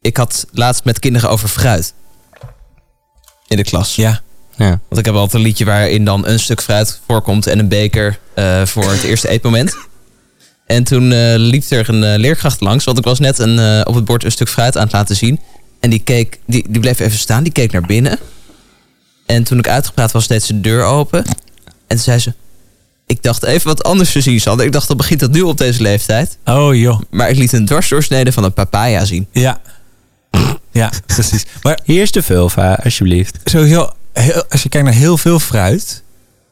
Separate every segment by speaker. Speaker 1: ik had laatst met kinderen over fruit. In de klas.
Speaker 2: Ja.
Speaker 3: Ja.
Speaker 1: Want ik heb altijd een liedje waarin dan een stuk fruit voorkomt en een beker eh, voor het eerste eetmoment. En toen eh, liep er een eh, leerkracht langs, want ik was net een, eh, op het bord een stuk fruit aan het laten zien. En die, keek, die, die bleef even staan, die keek naar binnen. En toen ik uitgepraat was, deed ze de deur open. En toen zei ze, ik dacht even wat anders te zien, Sander. Ik dacht, dat begint dat nu op deze leeftijd.
Speaker 2: Oh joh.
Speaker 1: Maar ik liet een dwarsdoorsnede van een papaya zien.
Speaker 2: Ja. Ja, precies. Maar
Speaker 3: Hier is de vulva, alsjeblieft.
Speaker 2: sowieso, heel, als je kijkt naar heel veel fruit,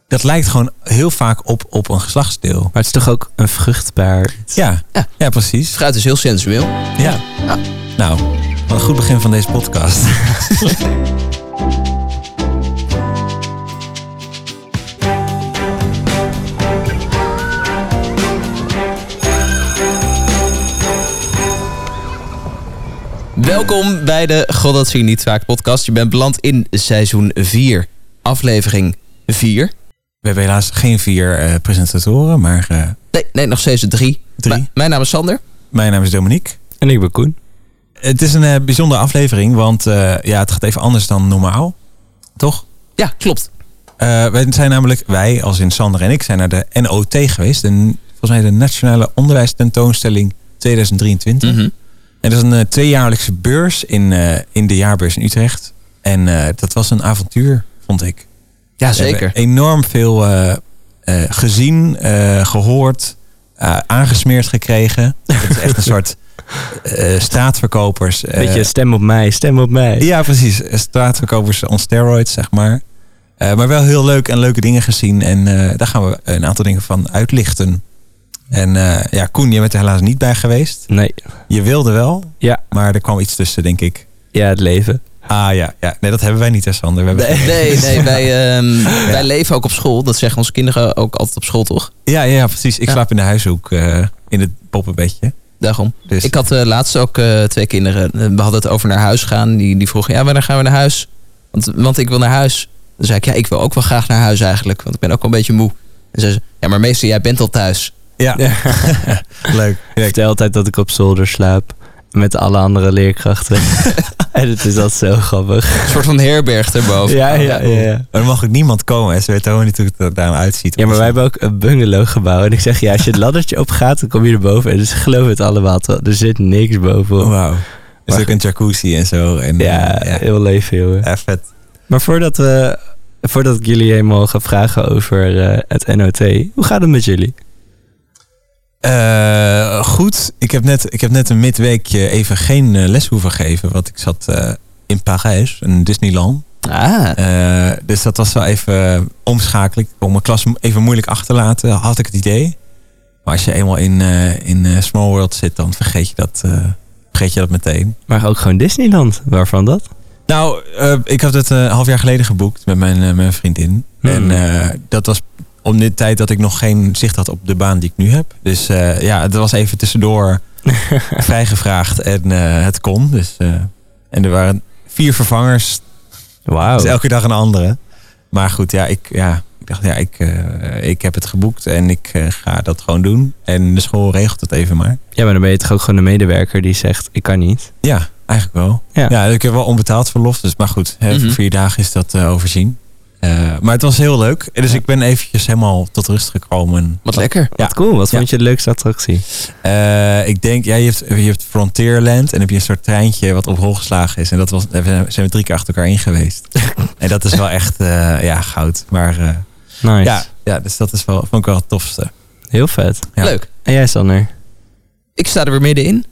Speaker 2: dat lijkt gewoon heel vaak op, op een geslachtsdeel.
Speaker 3: Maar het is toch ook een vruchtbaar...
Speaker 2: Ja, ja.
Speaker 1: Ja.
Speaker 2: precies.
Speaker 1: Fruit is heel sensueel.
Speaker 2: Ja. Nou, wat een goed begin van deze podcast.
Speaker 1: Welkom bij de God dat zie je niet vaak podcast. Je bent beland in seizoen 4, aflevering 4.
Speaker 2: We hebben helaas geen vier eh, presentatoren, maar eh,
Speaker 1: Nee, nee, nog steeds 3.
Speaker 2: Drie.
Speaker 1: mijn naam is Sander.
Speaker 2: mijn naam is Dominique.
Speaker 3: En ik ben Koen.
Speaker 2: Het is een eh, bijzondere aflevering, want eh, ja, het gaat even anders dan normaal. Toch?
Speaker 1: Ja, klopt.
Speaker 2: Eh, wij zijn namelijk, wij als in Sander en ik, zijn naar de NOT geweest. De, volgens mij de Nationale Onderwijstentoonstelling 2023.
Speaker 1: Mhm.
Speaker 2: En dat is een eh, tweejaarlijkse beurs in, eh, in de jaarbeurs in Utrecht. En eh, dat was een avontuur, vond ik.
Speaker 1: Ja,
Speaker 2: We
Speaker 1: zeker.
Speaker 2: hebben enorm veel eh, eh, gezien, eh, gehoord, eh, aangesmeerd gekregen. Het is echt een soort eh, straatverkopers. eh,
Speaker 3: Beetje stem op mij, stem op mij.
Speaker 2: ja, precies. Straatverkopers on steroids, zeg maar. Eh, maar wel heel leuk en leuke dingen gezien. En eh, daar gaan we een aantal dingen van uitlichten. En eh, ja, Koen, je bent er helaas niet bij geweest.
Speaker 3: Nee.
Speaker 2: Je wilde wel,
Speaker 3: Ja.
Speaker 2: maar er kwam iets tussen, denk ik.
Speaker 3: Ja, het leven.
Speaker 2: Ah ja, ja. nee, dat hebben wij niet, hè Sander. We
Speaker 1: Nee,
Speaker 2: hebben
Speaker 1: nee, nee, wij, ehm, wij leven ook op school. Dat zeggen onze kinderen ook altijd op school, toch?
Speaker 2: Ja, ja, ja, precies. Ik
Speaker 1: Ja.
Speaker 2: slaap in de huishoek, eh, in het poppenbedje.
Speaker 1: Daarom.
Speaker 2: Dus
Speaker 1: Ik had eh, laatst ook eh, twee kinderen. Eh, We hadden het over naar huis gaan. Die, die vroegen, ja, wanneer gaan we naar huis? Want, want ik wil naar huis. Dan zei ik, ja, ik wil ook wel graag naar huis eigenlijk. Want ik ben ook wel een beetje moe. En zei ze, ja, maar meester, jij bent al thuis.
Speaker 2: ja, leuk.
Speaker 3: Ik
Speaker 2: Ja,
Speaker 3: vertel altijd dat ik op zolder slaap. Met alle andere leerkrachten. en het is altijd zo grappig.
Speaker 1: Een soort van herberg erboven.
Speaker 3: Ja, ja, ja, ja.
Speaker 2: maar dan mag ook niemand komen. Hè. Ze weten helemaal niet hoe het er daarom uitziet.
Speaker 3: Ja, maar wij hebben ook een bungalowgebouw. En ik zeg, ja, als je het laddertje opgaat, dan kom je erboven. En dus geloof het allemaal, terwijl er zit niks bovenop.
Speaker 2: Oh, Wauw. Er is
Speaker 3: Maar-
Speaker 2: ook een jacuzzi en zo. En,
Speaker 3: Ja,
Speaker 2: eh,
Speaker 3: heel leven, jongen.
Speaker 2: ja, vet.
Speaker 3: Maar voordat, we, voordat ik jullie helemaal ga vragen over eh, het NOT, hoe gaat het met jullie?
Speaker 2: Eh, goed, ik heb, net, ik heb net een midweekje even geen eh, les hoeven geven, want ik zat eh, in Parijs, in Disneyland.
Speaker 1: Ah,
Speaker 2: Eh, dus dat was wel even eh, omschakelen. Ik kon mijn klas mo- even moeilijk achterlaten, had ik het idee. Maar als je eenmaal in, eh, in eh, Small World zit, dan vergeet je dat, eh, vergeet je dat meteen.
Speaker 3: Maar ook gewoon Disneyland, waarvan dat?
Speaker 2: Nou, eh, ik had het eh, een half jaar geleden geboekt met mijn, eh, mijn vriendin.
Speaker 3: Hmm.
Speaker 2: En eh, dat was om de tijd dat ik nog geen zicht had op de baan die ik nu heb. Dus eh, ja, het was even tussendoor vrijgevraagd en eh, het kon. Dus, eh, en er waren vier vervangers,
Speaker 3: Wauw.
Speaker 1: Oh.
Speaker 2: dus elke dag een andere. Maar goed, ja, ik, ja, ik dacht, ja, ik, eh, ik heb het geboekt en ik eh, ga dat gewoon doen. En de school regelt het even maar.
Speaker 3: Ja, maar dan ben je toch ook gewoon een medewerker die zegt, ik kan niet.
Speaker 2: Ja, eigenlijk wel. Ja.
Speaker 3: Ja.
Speaker 2: ik heb wel onbetaald verlof, dus maar goed, hè, voor
Speaker 1: Mhm.
Speaker 2: vier dagen is dat eh, overzien. Eh, maar het was heel leuk. Dus ik ben eventjes helemaal tot rust gekomen.
Speaker 1: wat lekker.
Speaker 2: Ja.
Speaker 3: Wat cool, wat
Speaker 2: Ja.
Speaker 3: vond je de leukste attractie?
Speaker 2: Eh, ik denk, ja, je hebt, je hebt Frontierland en dan heb je een soort treintje wat op hol geslagen is. En dat was, daar zijn we- zijn we drie keer achter elkaar in geweest. en dat is wel echt, eh, ja, goud. Maar eh,
Speaker 3: Nice.
Speaker 2: ja, ja, dus dat is wel, vond ik wel het tofste.
Speaker 3: Heel vet.
Speaker 2: Ja.
Speaker 1: Leuk.
Speaker 3: En jij Sander?
Speaker 1: Ik sta er weer middenin.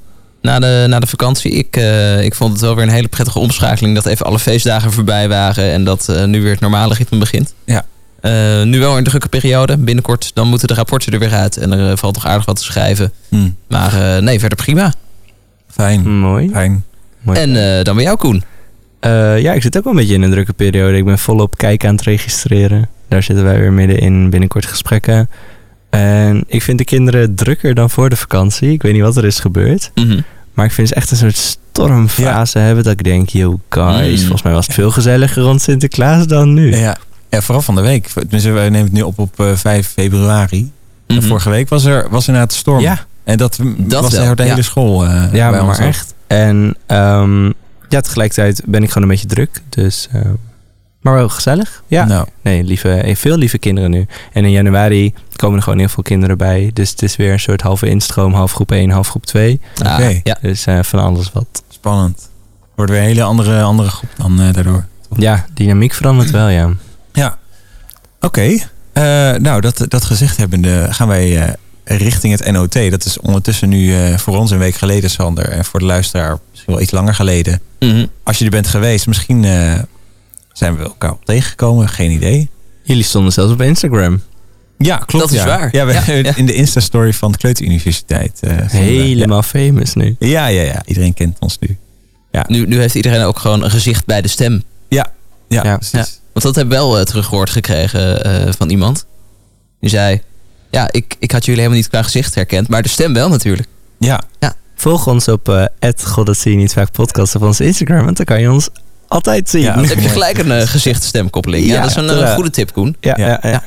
Speaker 1: Na de, na de vakantie. Ik, eh, ik vond het wel weer een hele prettige omschakeling. Dat even alle feestdagen voorbij waren. En dat eh, nu weer het normale ritme begint.
Speaker 2: Ja.
Speaker 1: Eh, nu wel een drukke periode. Binnenkort dan moeten de rapporten er weer uit. En er eh, valt nog aardig wat te schrijven.
Speaker 2: Hm,
Speaker 1: Maar eh, nee, verder prima.
Speaker 2: fijn,
Speaker 3: Mooi.
Speaker 2: fijn.
Speaker 3: Mooi.
Speaker 1: En eh, dan bij jou, Koen.
Speaker 3: Eh, ja, ik zit ook wel een beetje in een drukke periode. Ik ben volop kijken aan het registreren. Daar zitten wij weer midden in, binnenkort gesprekken. En ik vind de kinderen drukker dan voor de vakantie. Ik weet niet wat er is gebeurd.
Speaker 2: Mhm.
Speaker 1: Mhm.
Speaker 3: Maar ik vind het echt een soort stormfase hebben. Dat ik denk, yo guys,
Speaker 1: Mm.
Speaker 3: volgens mij was het veel gezelliger rond Sinterklaas dan nu.
Speaker 2: Ja, ja, vooral van de week. Tenminste, wij nemen het nu op op eh, 5 februari. En
Speaker 1: Mhm.
Speaker 2: Vorige week was er was inderdaad storm.
Speaker 3: ja,
Speaker 2: En dat, m-
Speaker 1: Dat
Speaker 2: was
Speaker 1: wel,
Speaker 2: de hele
Speaker 1: ja.
Speaker 2: school. eh, bij
Speaker 3: maar
Speaker 2: ons ook.
Speaker 3: echt. En ehm, ja, tegelijkertijd ben ik gewoon een beetje druk. Dus, ehm, maar wel gezellig. Ja.
Speaker 2: Nou,
Speaker 3: Nee, lieve, eh, veel lieve kinderen nu. En in januari komen er gewoon heel veel kinderen bij. Dus het is weer een soort halve instroom, half groep 1, half groep 2.
Speaker 1: Ah,
Speaker 2: Oké.
Speaker 1: ja.
Speaker 3: Dus eh, van alles wat.
Speaker 2: spannend. Wordt weer een hele andere, andere groep dan eh, daardoor.
Speaker 3: Ja, dynamiek verandert wel, ja.
Speaker 2: Oké. eh, nou, dat, dat gezegd hebbende gaan wij eh, richting het NOT. Dat is ondertussen nu eh, voor ons een week geleden, Sander. En voor de luisteraar misschien wel iets langer geleden.
Speaker 1: Mhm.
Speaker 2: Als je er bent geweest, misschien eh, zijn we elkaar op tegengekomen. Geen idee.
Speaker 3: Jullie stonden zelfs op Instagram.
Speaker 2: Ja, klopt.
Speaker 1: Dat is
Speaker 2: ja.
Speaker 1: waar.
Speaker 2: Ja, we-
Speaker 1: Ja, ja.
Speaker 2: In de Insta-story van de Kleuteruniversiteit. eh, stonden we.
Speaker 3: Helemaal famous nu.
Speaker 2: Ja, ja, ja. Iedereen kent ons nu.
Speaker 1: Nu, nu heeft iedereen ook gewoon een gezicht bij de stem.
Speaker 2: Ja,
Speaker 3: Ja.
Speaker 2: precies.
Speaker 1: Want dat heb ik wel eh, teruggehoord gekregen eh, van iemand. Die zei, ja, ik, ik had jullie helemaal niet qua gezicht herkend, maar de stem wel natuurlijk.
Speaker 2: Ja,
Speaker 3: Volg ons op eh God dat zie je niet vaak podcast op onze Instagram. Want dan kan je ons altijd zien.
Speaker 2: Ja,
Speaker 1: Dan heb je gelijk een eh, gezicht-stemkoppeling. Ja,
Speaker 3: Ja,
Speaker 1: dat is een
Speaker 3: dat,
Speaker 1: eh,
Speaker 3: eh,
Speaker 1: goede tip, Koen.
Speaker 3: Ja, ja, ja.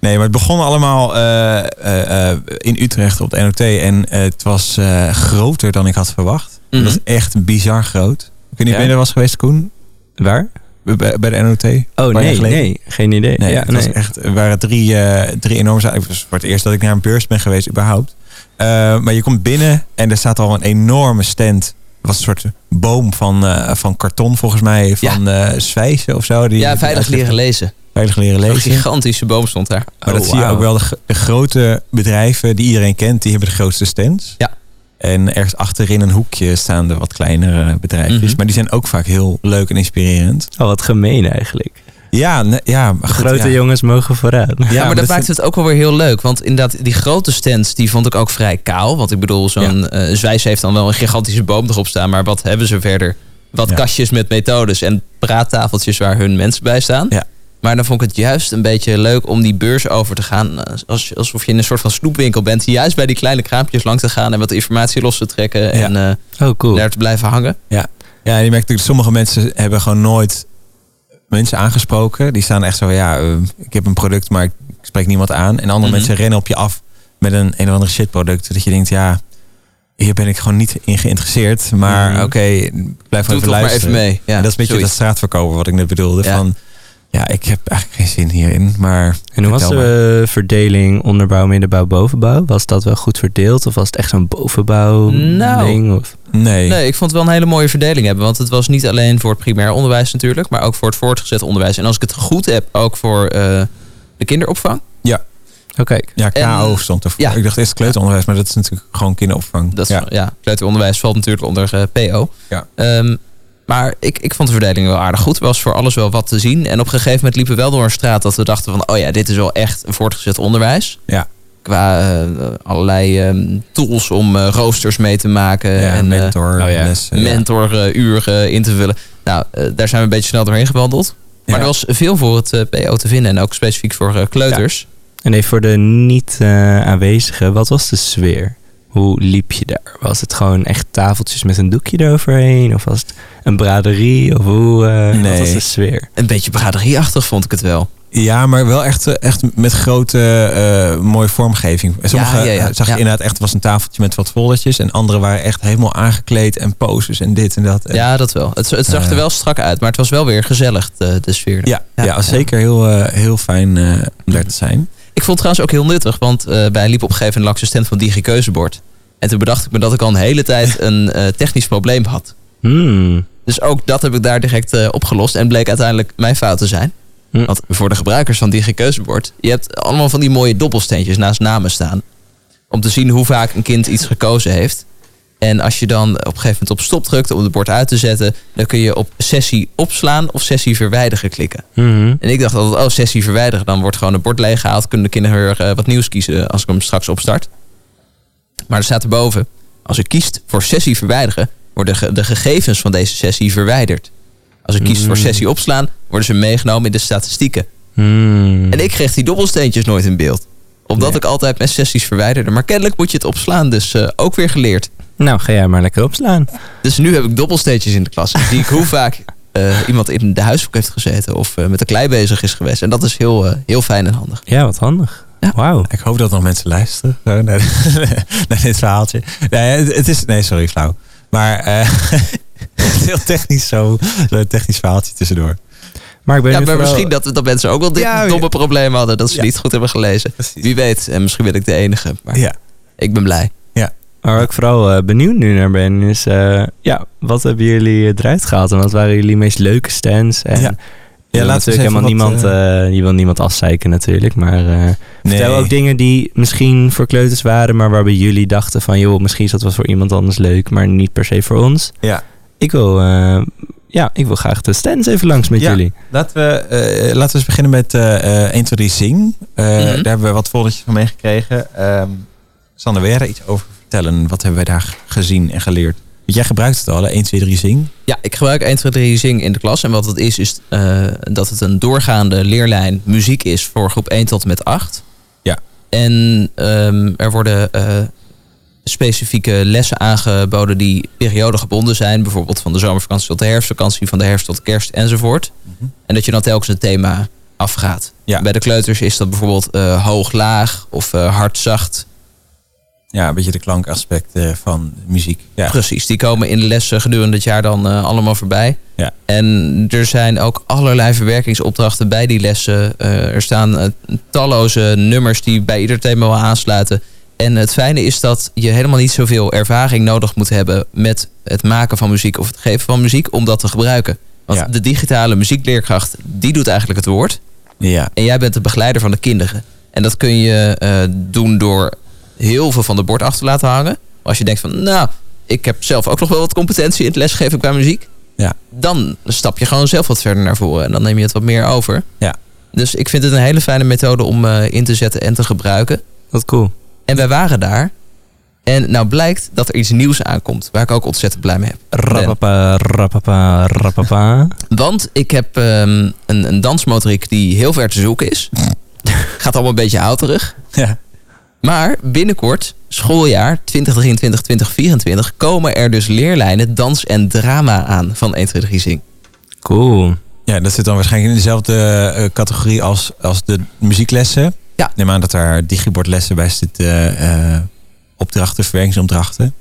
Speaker 2: Nee, maar het begon allemaal eh, eh, eh, in Utrecht op het NOT. En eh, het was eh, groter dan ik had verwacht.
Speaker 1: Mhm.
Speaker 2: Dat is echt bizar groot. Ik weet niet of
Speaker 3: Ja.
Speaker 2: jij er was geweest, Koen,
Speaker 3: Waar?
Speaker 2: bij, bij de NOT. Nee,
Speaker 3: Oh
Speaker 2: Waar je
Speaker 3: nee,
Speaker 2: gelegen?
Speaker 3: nee, geen idee. ja,
Speaker 2: het
Speaker 3: nee.
Speaker 2: was echt, er waren drie, eh, drie enorme zaken. Het was voor het eerst dat ik naar een beurs ben geweest, überhaupt. Eh, maar je komt binnen en er staat al een enorme stand. Het was een soort boom van, eh, van karton, volgens mij, van eh zwijzen of zo. Die
Speaker 1: Ja, veilig leren Oh, lezen.
Speaker 2: veilig leren
Speaker 1: Een
Speaker 2: lezen.
Speaker 1: gigantische boom stond daar.
Speaker 2: Maar
Speaker 3: Oh,
Speaker 2: dat zie je
Speaker 3: wauw.
Speaker 2: ook wel. De, gro- de grote bedrijven die iedereen kent, die hebben de grootste stands.
Speaker 1: Ja.
Speaker 2: En ergens achterin een hoekje staan de wat kleinere bedrijfjes.
Speaker 1: Mhm.
Speaker 2: Maar die zijn ook vaak heel leuk en inspirerend.
Speaker 3: Oh, wat gemeen eigenlijk.
Speaker 2: Ja, ne- ja maar goed,
Speaker 3: Grote
Speaker 2: ja.
Speaker 3: jongens mogen vooruit.
Speaker 1: Ja, maar dat, maakt
Speaker 2: vind-
Speaker 1: het ook wel weer heel leuk. Want inderdaad, die grote stands, die vond ik ook vrij kaal. Want ik bedoel, zo'n eh Zwijs heeft dan wel een gigantische boom erop staan. Maar wat hebben ze verder? Wat
Speaker 2: Ja.
Speaker 1: kastjes met methodes en praattafeltjes waar hun mensen bij staan.
Speaker 2: Ja.
Speaker 1: Maar dan vond ik het juist een beetje leuk om die beurs over te gaan. eh, als- Alsof je in een soort van snoepwinkel bent. Juist bij die kleine kraampjes lang te gaan en wat informatie los te trekken. En eh,
Speaker 3: Oh, cool.
Speaker 1: daar te blijven hangen.
Speaker 2: Ja, en je merkt natuurlijk, sommige mensen hebben gewoon nooit mensen aangesproken. Die staan echt zo, ja, eh, ik heb een product, maar ik spreek niemand aan. En andere
Speaker 1: Mhm.
Speaker 2: mensen rennen op je af met een een of ander shitproduct. Dat je denkt, ja, hier ben ik gewoon niet in geïnteresseerd. Maar
Speaker 3: Mhm.
Speaker 2: oké, ik blijf
Speaker 1: Doe
Speaker 2: gewoon even
Speaker 1: toch maar
Speaker 2: luisteren.
Speaker 1: even mee. Ja,
Speaker 2: En dat is een beetje
Speaker 1: zoiets.
Speaker 2: dat straatverkopen wat ik net bedoelde.
Speaker 1: Ja.
Speaker 2: Van, ja, ik heb eigenlijk geen zin hierin, maar...
Speaker 3: En hoe was
Speaker 2: Vertel
Speaker 3: de eh, verdeling onderbouw, middenbouw, bovenbouw? Was dat wel goed verdeeld? Of was het echt zo'n bovenbouw
Speaker 1: Nou.
Speaker 3: ding? Of?
Speaker 2: Nee.
Speaker 1: Nee, ik vond het wel een hele mooie verdeling hebben. Want het was niet alleen voor het primair onderwijs natuurlijk, maar ook voor het voortgezet onderwijs. En als ik het goed heb, ook voor eh, de kinderopvang.
Speaker 3: Oh, kijk.
Speaker 2: Ja,
Speaker 1: En-
Speaker 2: KO stond ervoor.
Speaker 1: Ja.
Speaker 2: Ik dacht eerst kleuteronderwijs, maar dat is natuurlijk gewoon kinderopvang.
Speaker 1: Dat is,
Speaker 2: ja.
Speaker 1: ja. kleuteronderwijs valt natuurlijk onder eh, PO.
Speaker 2: Ja.
Speaker 1: Ehm, maar ik, ik vond de verdeling wel aardig goed. Er was voor alles wel wat te zien. En op een gegeven moment liepen we wel door een straat dat we dachten van... oh ja, dit is wel echt een voortgezet onderwijs.
Speaker 2: Ja.
Speaker 1: Qua eh, allerlei ehm, tools om eh, roosters mee te maken.
Speaker 2: Ja,
Speaker 1: en, eh,
Speaker 2: mentor,
Speaker 3: oh ja.
Speaker 2: lessen, ja.
Speaker 1: mentoruren in te vullen. Nou, eh, daar zijn we een beetje snel doorheen gewandeld. Maar
Speaker 2: Ja.
Speaker 1: er was veel voor het eh, PO te vinden en ook specifiek voor eh, kleuters.
Speaker 3: En even voor de niet-aanwezigen, wat was de sfeer? Hoe liep je daar? Was het gewoon echt tafeltjes met een doekje eroverheen? Of was het een braderie? Of hoe, eh,
Speaker 2: Nee.
Speaker 3: wat was de sfeer?
Speaker 1: Een beetje braderieachtig vond ik het wel.
Speaker 2: Ja, maar wel echt, eh, echt met grote eh, mooie vormgeving. En Sommige
Speaker 1: Ja, ja, ja.
Speaker 2: eh, zag je
Speaker 1: Ja.
Speaker 2: inderdaad echt, was een tafeltje met wat foldertjes. En andere waren echt helemaal aangekleed en poses en dit en dat. En-
Speaker 1: Ja, dat wel. Het, het zag er
Speaker 2: Eh.
Speaker 1: wel strak uit, maar het was wel weer gezellig, de, de sfeer.
Speaker 2: ja,
Speaker 1: Ja.
Speaker 2: ja, zeker heel, eh, heel fijn eh, om daar te zijn.
Speaker 1: Ik vond het trouwens ook heel nuttig, want eh, wij liepen op een gegeven moment langs de stand van DigiKeuzebord. En toen bedacht ik me dat ik al een hele tijd een eh, technisch probleem had.
Speaker 3: Hmm.
Speaker 1: Dus ook dat heb ik daar direct eh, opgelost en bleek uiteindelijk mijn fout te zijn.
Speaker 3: Hm.
Speaker 1: Want voor de gebruikers van DigiKeuzebord, je hebt allemaal van die mooie dobbelsteentjes naast namen staan. Om te zien hoe vaak een kind iets gekozen heeft. En als je dan op een gegeven moment op stop drukt om het bord uit te zetten, dan kun je op sessie opslaan of sessie verwijderen klikken.
Speaker 3: Mhm.
Speaker 1: En ik dacht altijd, oh, sessie verwijderen, dan wordt gewoon het bord leeggehaald. Kunnen de kinderen weer eh, wat nieuws kiezen als ik hem straks opstart. Maar er staat erboven, als u kiest voor sessie verwijderen, worden ge- de gegevens van deze sessie verwijderd. Als u kiest voor
Speaker 3: Mm.
Speaker 1: sessie opslaan, worden ze meegenomen in de statistieken.
Speaker 3: Hmm.
Speaker 1: En ik kreeg die dobbelsteentjes nooit in beeld. Omdat
Speaker 3: Nee.
Speaker 1: ik altijd mijn sessies verwijderde. Maar kennelijk moet je het opslaan, dus eh, ook weer geleerd.
Speaker 3: Nou, ga jij maar lekker opslaan.
Speaker 1: Dus nu heb ik dobbelsteentjes in de klas. Die ik hoe vaak eh, iemand in de huishoek heeft gezeten of eh, met de klei bezig is geweest. En dat is heel, eh, heel fijn en handig.
Speaker 3: Ja, wat handig.
Speaker 1: Ja.
Speaker 3: Wauw.
Speaker 2: Ik eh, hoop dat nog mensen luisteren zo, naar, naar dit verhaaltje. Nee, het, het is, nee, sorry, flauw. Maar eh heel technisch zo. Zo'n technisch verhaaltje tussendoor.
Speaker 3: Maar ik ben
Speaker 1: Ja,
Speaker 3: nu
Speaker 1: maar
Speaker 3: vooral-
Speaker 1: misschien dat, dat mensen ook wel oh dit
Speaker 2: Ja,
Speaker 1: domme probleem hadden. Dat ze
Speaker 2: Ja.
Speaker 1: niet goed hebben gelezen.
Speaker 2: Precies.
Speaker 1: Wie weet. En misschien ben ik de enige. Maar
Speaker 2: Ja.
Speaker 1: ik ben blij.
Speaker 3: Waar ik vooral eh, benieuwd nu naar ben, is eh, ja, wat hebben jullie eh, eruit gehaald? En wat waren jullie meest leuke stands?
Speaker 2: Ja.
Speaker 3: En je
Speaker 2: Ja,
Speaker 3: wil
Speaker 2: laten we eens
Speaker 3: natuurlijk
Speaker 2: even
Speaker 3: helemaal
Speaker 2: wat,
Speaker 3: niemand, eh, je wil niemand afzeiken natuurlijk, maar eh vertel ook dingen die misschien voor kleuters waren, maar waarbij jullie dachten van, joh, misschien is dat wel voor iemand anders leuk, maar niet per se voor ons.
Speaker 2: Ja.
Speaker 3: Ik wil, eh, ja, ik wil graag de stands even langs met
Speaker 2: Ja.
Speaker 3: jullie.
Speaker 2: Laten we, eh, laten we eens beginnen met eh eh, 1, 2, 3 Zing. Eh,
Speaker 1: Mhm.
Speaker 2: Daar hebben we wat foldertjes van meegekregen. Ehm Sander, wil jij daar iets over vertellen? Wat hebben wij daar g- gezien en geleerd? Want jij gebruikt het al, hè? 1, 2, 3 Zing.
Speaker 1: Ja, ik gebruik 1, 2, 3 Zing in de klas. En wat het is, is eh, dat het een doorgaande leerlijn muziek is voor groep 1 tot en met 8.
Speaker 2: Ja.
Speaker 1: En ehm, er worden eh, specifieke lessen aangeboden die periodegebonden zijn. Bijvoorbeeld van de zomervakantie tot de herfstvakantie, van de herfst tot kerst enzovoort.
Speaker 2: Mhm.
Speaker 1: En dat je dan telkens een thema afgaat.
Speaker 2: Ja.
Speaker 1: Bij de kleuters is dat bijvoorbeeld eh, hoog-laag of eh, hard-zacht.
Speaker 2: Ja, een beetje de klankaspect eh, van muziek. Ja.
Speaker 1: Precies, die komen in de lessen gedurende het jaar dan eh, allemaal voorbij.
Speaker 2: Ja.
Speaker 1: En er zijn ook allerlei verwerkingsopdrachten bij die lessen. Eh, er staan eh, talloze nummers die bij ieder thema wel aansluiten. En het fijne is dat je helemaal niet zoveel ervaring nodig moet hebben met het maken van muziek of het geven van muziek om dat te gebruiken. Want
Speaker 2: Ja.
Speaker 1: de digitale muziekleerkracht, die doet eigenlijk het woord.
Speaker 2: ja.
Speaker 1: En jij bent de begeleider van de kinderen. En dat kun je eh, doen door heel veel van de bord af te laten hangen. Maar als je denkt van, nou, ik heb zelf ook nog wel wat competentie in het lesgeven qua muziek.
Speaker 2: Ja.
Speaker 1: Dan stap je gewoon zelf wat verder naar voren. En dan neem je het wat meer over.
Speaker 2: Ja.
Speaker 1: Dus ik vind het een hele fijne methode om eh, in te zetten en te gebruiken.
Speaker 3: Wat cool.
Speaker 1: En wij waren daar. En nou blijkt dat er iets nieuws aankomt. Waar ik ook ontzettend blij mee heb.
Speaker 3: Rapapa, rapapa, rapapa.
Speaker 1: Want ik heb ehm, een, een dansmotoriek die heel ver te zoeken is. Gaat allemaal een beetje ouderig.
Speaker 2: Ja.
Speaker 1: Maar binnenkort, schooljaar 2023-2024, komen er dus leerlijnen dans en drama aan van 1, 2, 3 Zing.
Speaker 3: Cool.
Speaker 2: ja, dat zit dan waarschijnlijk in dezelfde eh, categorie als, als de muzieklessen.
Speaker 1: Ja.
Speaker 2: Ik Neem aan dat daar digibordlessen bij zitten. eh, eh, opdrachten, verwerkingsopdrachten.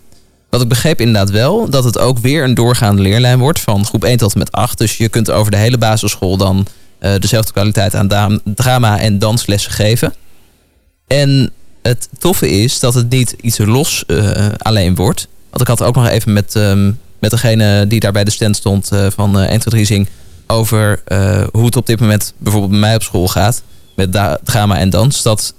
Speaker 1: Wat ik begreep inderdaad wel, dat het ook weer een doorgaande leerlijn wordt van groep 1 tot en met 8. Dus je kunt over de hele basisschool dan eh, dezelfde kwaliteit aan da- drama en danslessen geven. En het toffe is dat het niet iets los eh, alleen wordt. Want ik had ook nog even met, ehm, met degene die daar bij de stand stond eh, van eh 1 tot 3 Zing... over eh, hoe het op dit moment bijvoorbeeld bij mij op school gaat met da- drama en dans. Dat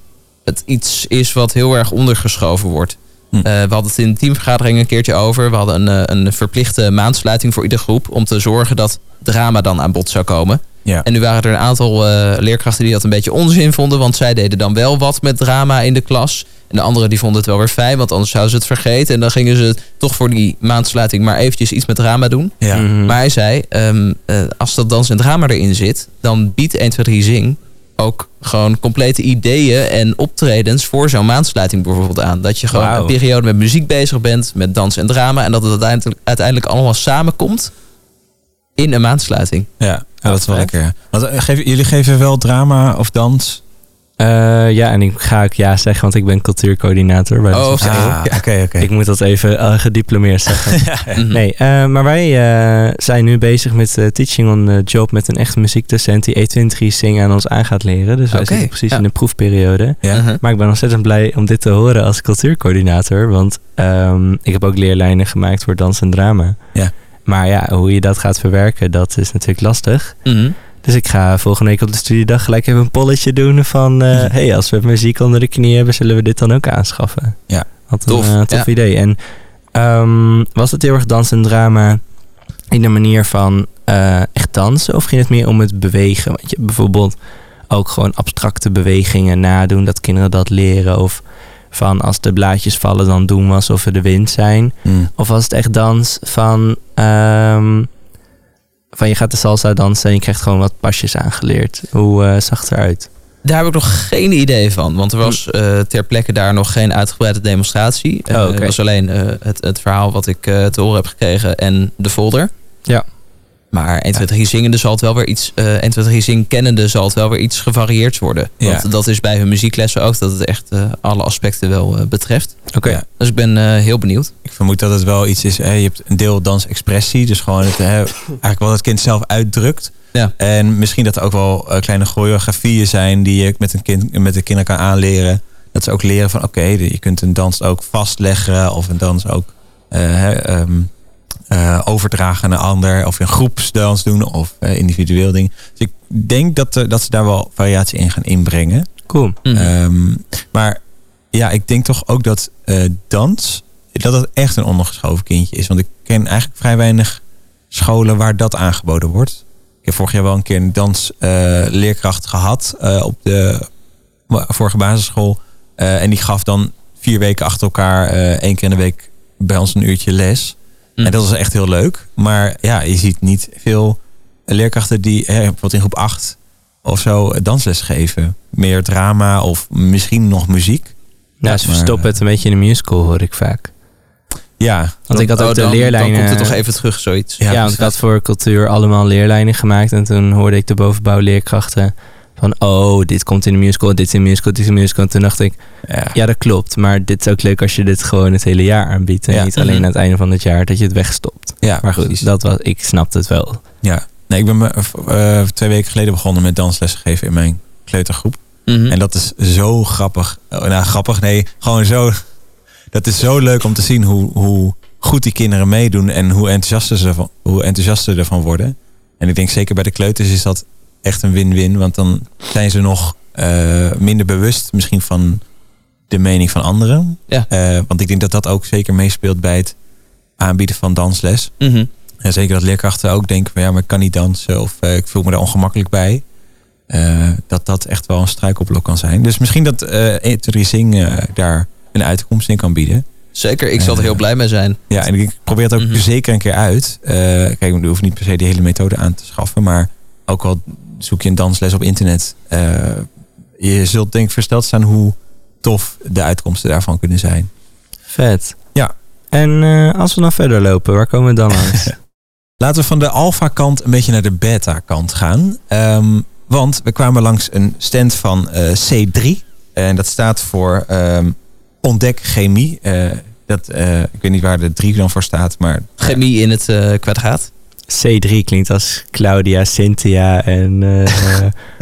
Speaker 1: het iets is wat heel erg ondergeschoven wordt.
Speaker 2: Hm.
Speaker 1: Eh, we hadden het in de teamvergadering een keertje over. We hadden een, eh, een verplichte maandsluiting voor ieder groep... om te zorgen dat drama dan aan bod zou komen.
Speaker 2: Ja.
Speaker 1: En nu waren er een aantal eh, leerkrachten die dat een beetje onzin vonden... want zij deden dan wel wat met drama in de klas. En de anderen die vonden het wel weer fijn, want anders zouden ze het vergeten. En dan gingen ze toch voor die maandsluiting maar eventjes iets met drama doen.
Speaker 2: Ja.
Speaker 3: Mhm.
Speaker 1: Maar hij zei, ehm, eh, als dat dans en drama erin zit... dan biedt 1, 2, 3 Zing ook gewoon complete ideeën en optredens... voor zo'n maandsluiting bijvoorbeeld aan. Dat je gewoon
Speaker 3: Wauw.
Speaker 1: een periode met muziek bezig bent, met dans en drama... en dat het uiteindelijk, uiteindelijk allemaal samenkomt in een maandsluiting.
Speaker 2: Ja, dat is wel
Speaker 3: fijn.
Speaker 2: lekker. ja. Want, eh, geven- jullie geven wel drama of dans?
Speaker 3: Eh, ja, en ik ga ook ja zeggen, want ik ben cultuurcoördinator bij de
Speaker 1: Oh,
Speaker 3: Zandvoort.
Speaker 1: ja.
Speaker 2: oké, oké.
Speaker 3: Ah. Ik moet dat even eh, gediplomeerd zeggen.
Speaker 1: Mhm.
Speaker 3: nee, eh, maar wij eh, zijn nu bezig met eh, Teaching on the Job met een echte muziekdocent die E20 zingen aan ons aan gaat leren. Dus wij
Speaker 1: Oké,
Speaker 3: zitten precies
Speaker 1: ja.
Speaker 3: in de proefperiode.
Speaker 2: Ja.
Speaker 1: Mhm.
Speaker 3: Maar ik ben ontzettend blij om dit te horen als cultuurcoördinator. Want ehm, ik heb ook leerlijnen gemaakt voor dans en drama.
Speaker 2: Ja.
Speaker 3: Maar ja, hoe je dat gaat verwerken, dat is natuurlijk lastig.
Speaker 1: Mhm.
Speaker 3: Dus ik ga volgende week op de studiedag gelijk even een polletje doen van... eh, hey, als we muziek onder de knie hebben, zullen we dit dan ook aanschaffen?
Speaker 2: Ja.
Speaker 3: Wat een
Speaker 1: Tof,
Speaker 3: eh, tof
Speaker 1: ja.
Speaker 3: idee. En ehm, was het heel erg dans en drama in de manier van eh, echt dansen? Of ging het meer om het bewegen? Want je hebt bijvoorbeeld ook gewoon abstracte bewegingen nadoen, dat kinderen dat leren. Of van als de blaadjes vallen, dan doen we alsof we de wind zijn.
Speaker 2: Hm.
Speaker 3: Of was het echt dans van... ehm, van je gaat de salsa dansen en je krijgt gewoon wat pasjes aangeleerd. Hoe eh, zag het eruit?
Speaker 1: Daar heb ik nog geen idee van. Want er was eh, ter plekke daar nog geen uitgebreide demonstratie. Eh,
Speaker 3: Oh, oké.
Speaker 1: Het was alleen eh, het, het verhaal wat ik eh, te horen heb gekregen en de folder.
Speaker 3: Ja.
Speaker 1: Maar 1, 2, 3 zingende zal het wel weer iets... eh 1, 2, 3 zing kennende zal het wel weer iets gevarieerd worden. Want
Speaker 2: Ja.
Speaker 1: dat is bij hun muzieklessen ook. Dat het echt eh, alle aspecten wel eh, betreft.
Speaker 3: Oké.
Speaker 2: Ja.
Speaker 1: Dus ik ben eh, heel benieuwd.
Speaker 2: Ik vermoed dat het wel iets is. Hè, je hebt een deel dansexpressie. Dus gewoon het, hè, eigenlijk wat het kind zelf uitdrukt.
Speaker 1: Ja.
Speaker 2: En misschien dat er ook wel eh, kleine choreografieën zijn die je met een kind met de kinderen kan aanleren. Dat ze ook leren van oké, de- je kunt een dans ook vastleggen of een dans ook eh, hè, ehm, eh, overdragen aan een ander. Of een groepsdans doen of eh, individueel ding. Dus ik denk dat, er- dat ze daar wel variatie in gaan inbrengen.
Speaker 3: Cool. Nou,
Speaker 1: Mhm.
Speaker 2: Ehm, maar ja, ik denk toch ook dat eh, dans, dat dat echt een ondergeschoven kindje is. Want ik ken eigenlijk vrij weinig scholen waar dat aangeboden wordt. Ik heb vorig jaar wel een keer een dansleerkracht gehad eh, op de vorige basisschool. Eh, en die gaf dan vier weken achter elkaar, eh, één keer in de week bij ons een uurtje les.
Speaker 1: Mm.
Speaker 2: En dat was echt heel leuk. Maar ja, je ziet niet veel leerkrachten die hè, bijvoorbeeld in groep 8 of zo dansles geven. Meer drama of misschien nog muziek.
Speaker 3: Nou, ze
Speaker 2: Maar,
Speaker 3: verstoppen het een beetje in de musical, hoor ik vaak.
Speaker 2: Ja,
Speaker 3: Want ik had
Speaker 1: Oh,
Speaker 3: ook de
Speaker 1: dan,
Speaker 3: leerlijnen...
Speaker 1: Dan komt het toch even terug, zoiets.
Speaker 3: Ja, want ik had voor cultuur allemaal leerlijnen gemaakt. En toen hoorde ik de bovenbouwleerkrachten van... Oh, dit komt in de musical, dit is in de musical, dit is in de musical. En toen dacht ik,
Speaker 2: ja.
Speaker 3: ja, dat klopt. Maar dit is ook leuk als je dit gewoon het hele jaar aanbiedt. En
Speaker 2: Ja.
Speaker 3: niet alleen
Speaker 1: Mhm.
Speaker 3: aan het einde van het jaar dat je het wegstopt.
Speaker 2: Ja,
Speaker 3: Maar goed,
Speaker 2: precies.
Speaker 3: dat was, ik snapte het wel.
Speaker 2: Ja. Nee, ik ben me, eh, twee weken geleden begonnen met dansles geven in mijn kleutergroep.
Speaker 1: Mhm.
Speaker 2: En dat is zo grappig. Oh, nou, grappig, nee. Gewoon zo. Dat is zo leuk om te zien hoe, hoe goed die kinderen meedoen en hoe enthousiast, ze ervan, hoe enthousiast ze ervan worden. En ik denk zeker bij de kleuters is dat echt een win-win. Want dan zijn ze nog eh, minder bewust misschien van de mening van anderen.
Speaker 1: Ja.
Speaker 2: Eh, want ik denk dat dat ook zeker meespeelt bij het aanbieden van dansles.
Speaker 1: Mhm.
Speaker 2: En zeker dat leerkrachten ook denken van ja, maar ik kan niet dansen of eh, ik voel me daar ongemakkelijk bij. Eh, dat dat echt wel een struikelblok kan zijn. Dus misschien dat eh Etri Sing eh, daar een uitkomst in kan bieden.
Speaker 1: Zeker, ik zal er heel
Speaker 2: Eh,
Speaker 1: blij mee zijn.
Speaker 2: Ja, en ik probeer het ook
Speaker 1: Mhm.
Speaker 2: zeker een keer uit. Eh, kijk, je hoeft niet per se die hele methode aan te schaffen, maar ook al zoek je een dansles op internet. eh, je zult denk ik versteld staan hoe tof de uitkomsten daarvan kunnen zijn.
Speaker 3: Vet.
Speaker 2: Ja.
Speaker 3: En eh, als we dan verder lopen, waar komen we dan langs?
Speaker 2: Laten we van de alfa-kant een beetje naar de beta-kant gaan. Ehm, want we kwamen langs een stand van eh, C3. En dat staat voor ehm, Ontdek Chemie. Eh, dat, eh, ik weet niet waar de 3 dan voor staat, maar
Speaker 1: Chemie in het eh, kwadraat.
Speaker 3: C3 klinkt als Claudia, Cynthia en eh,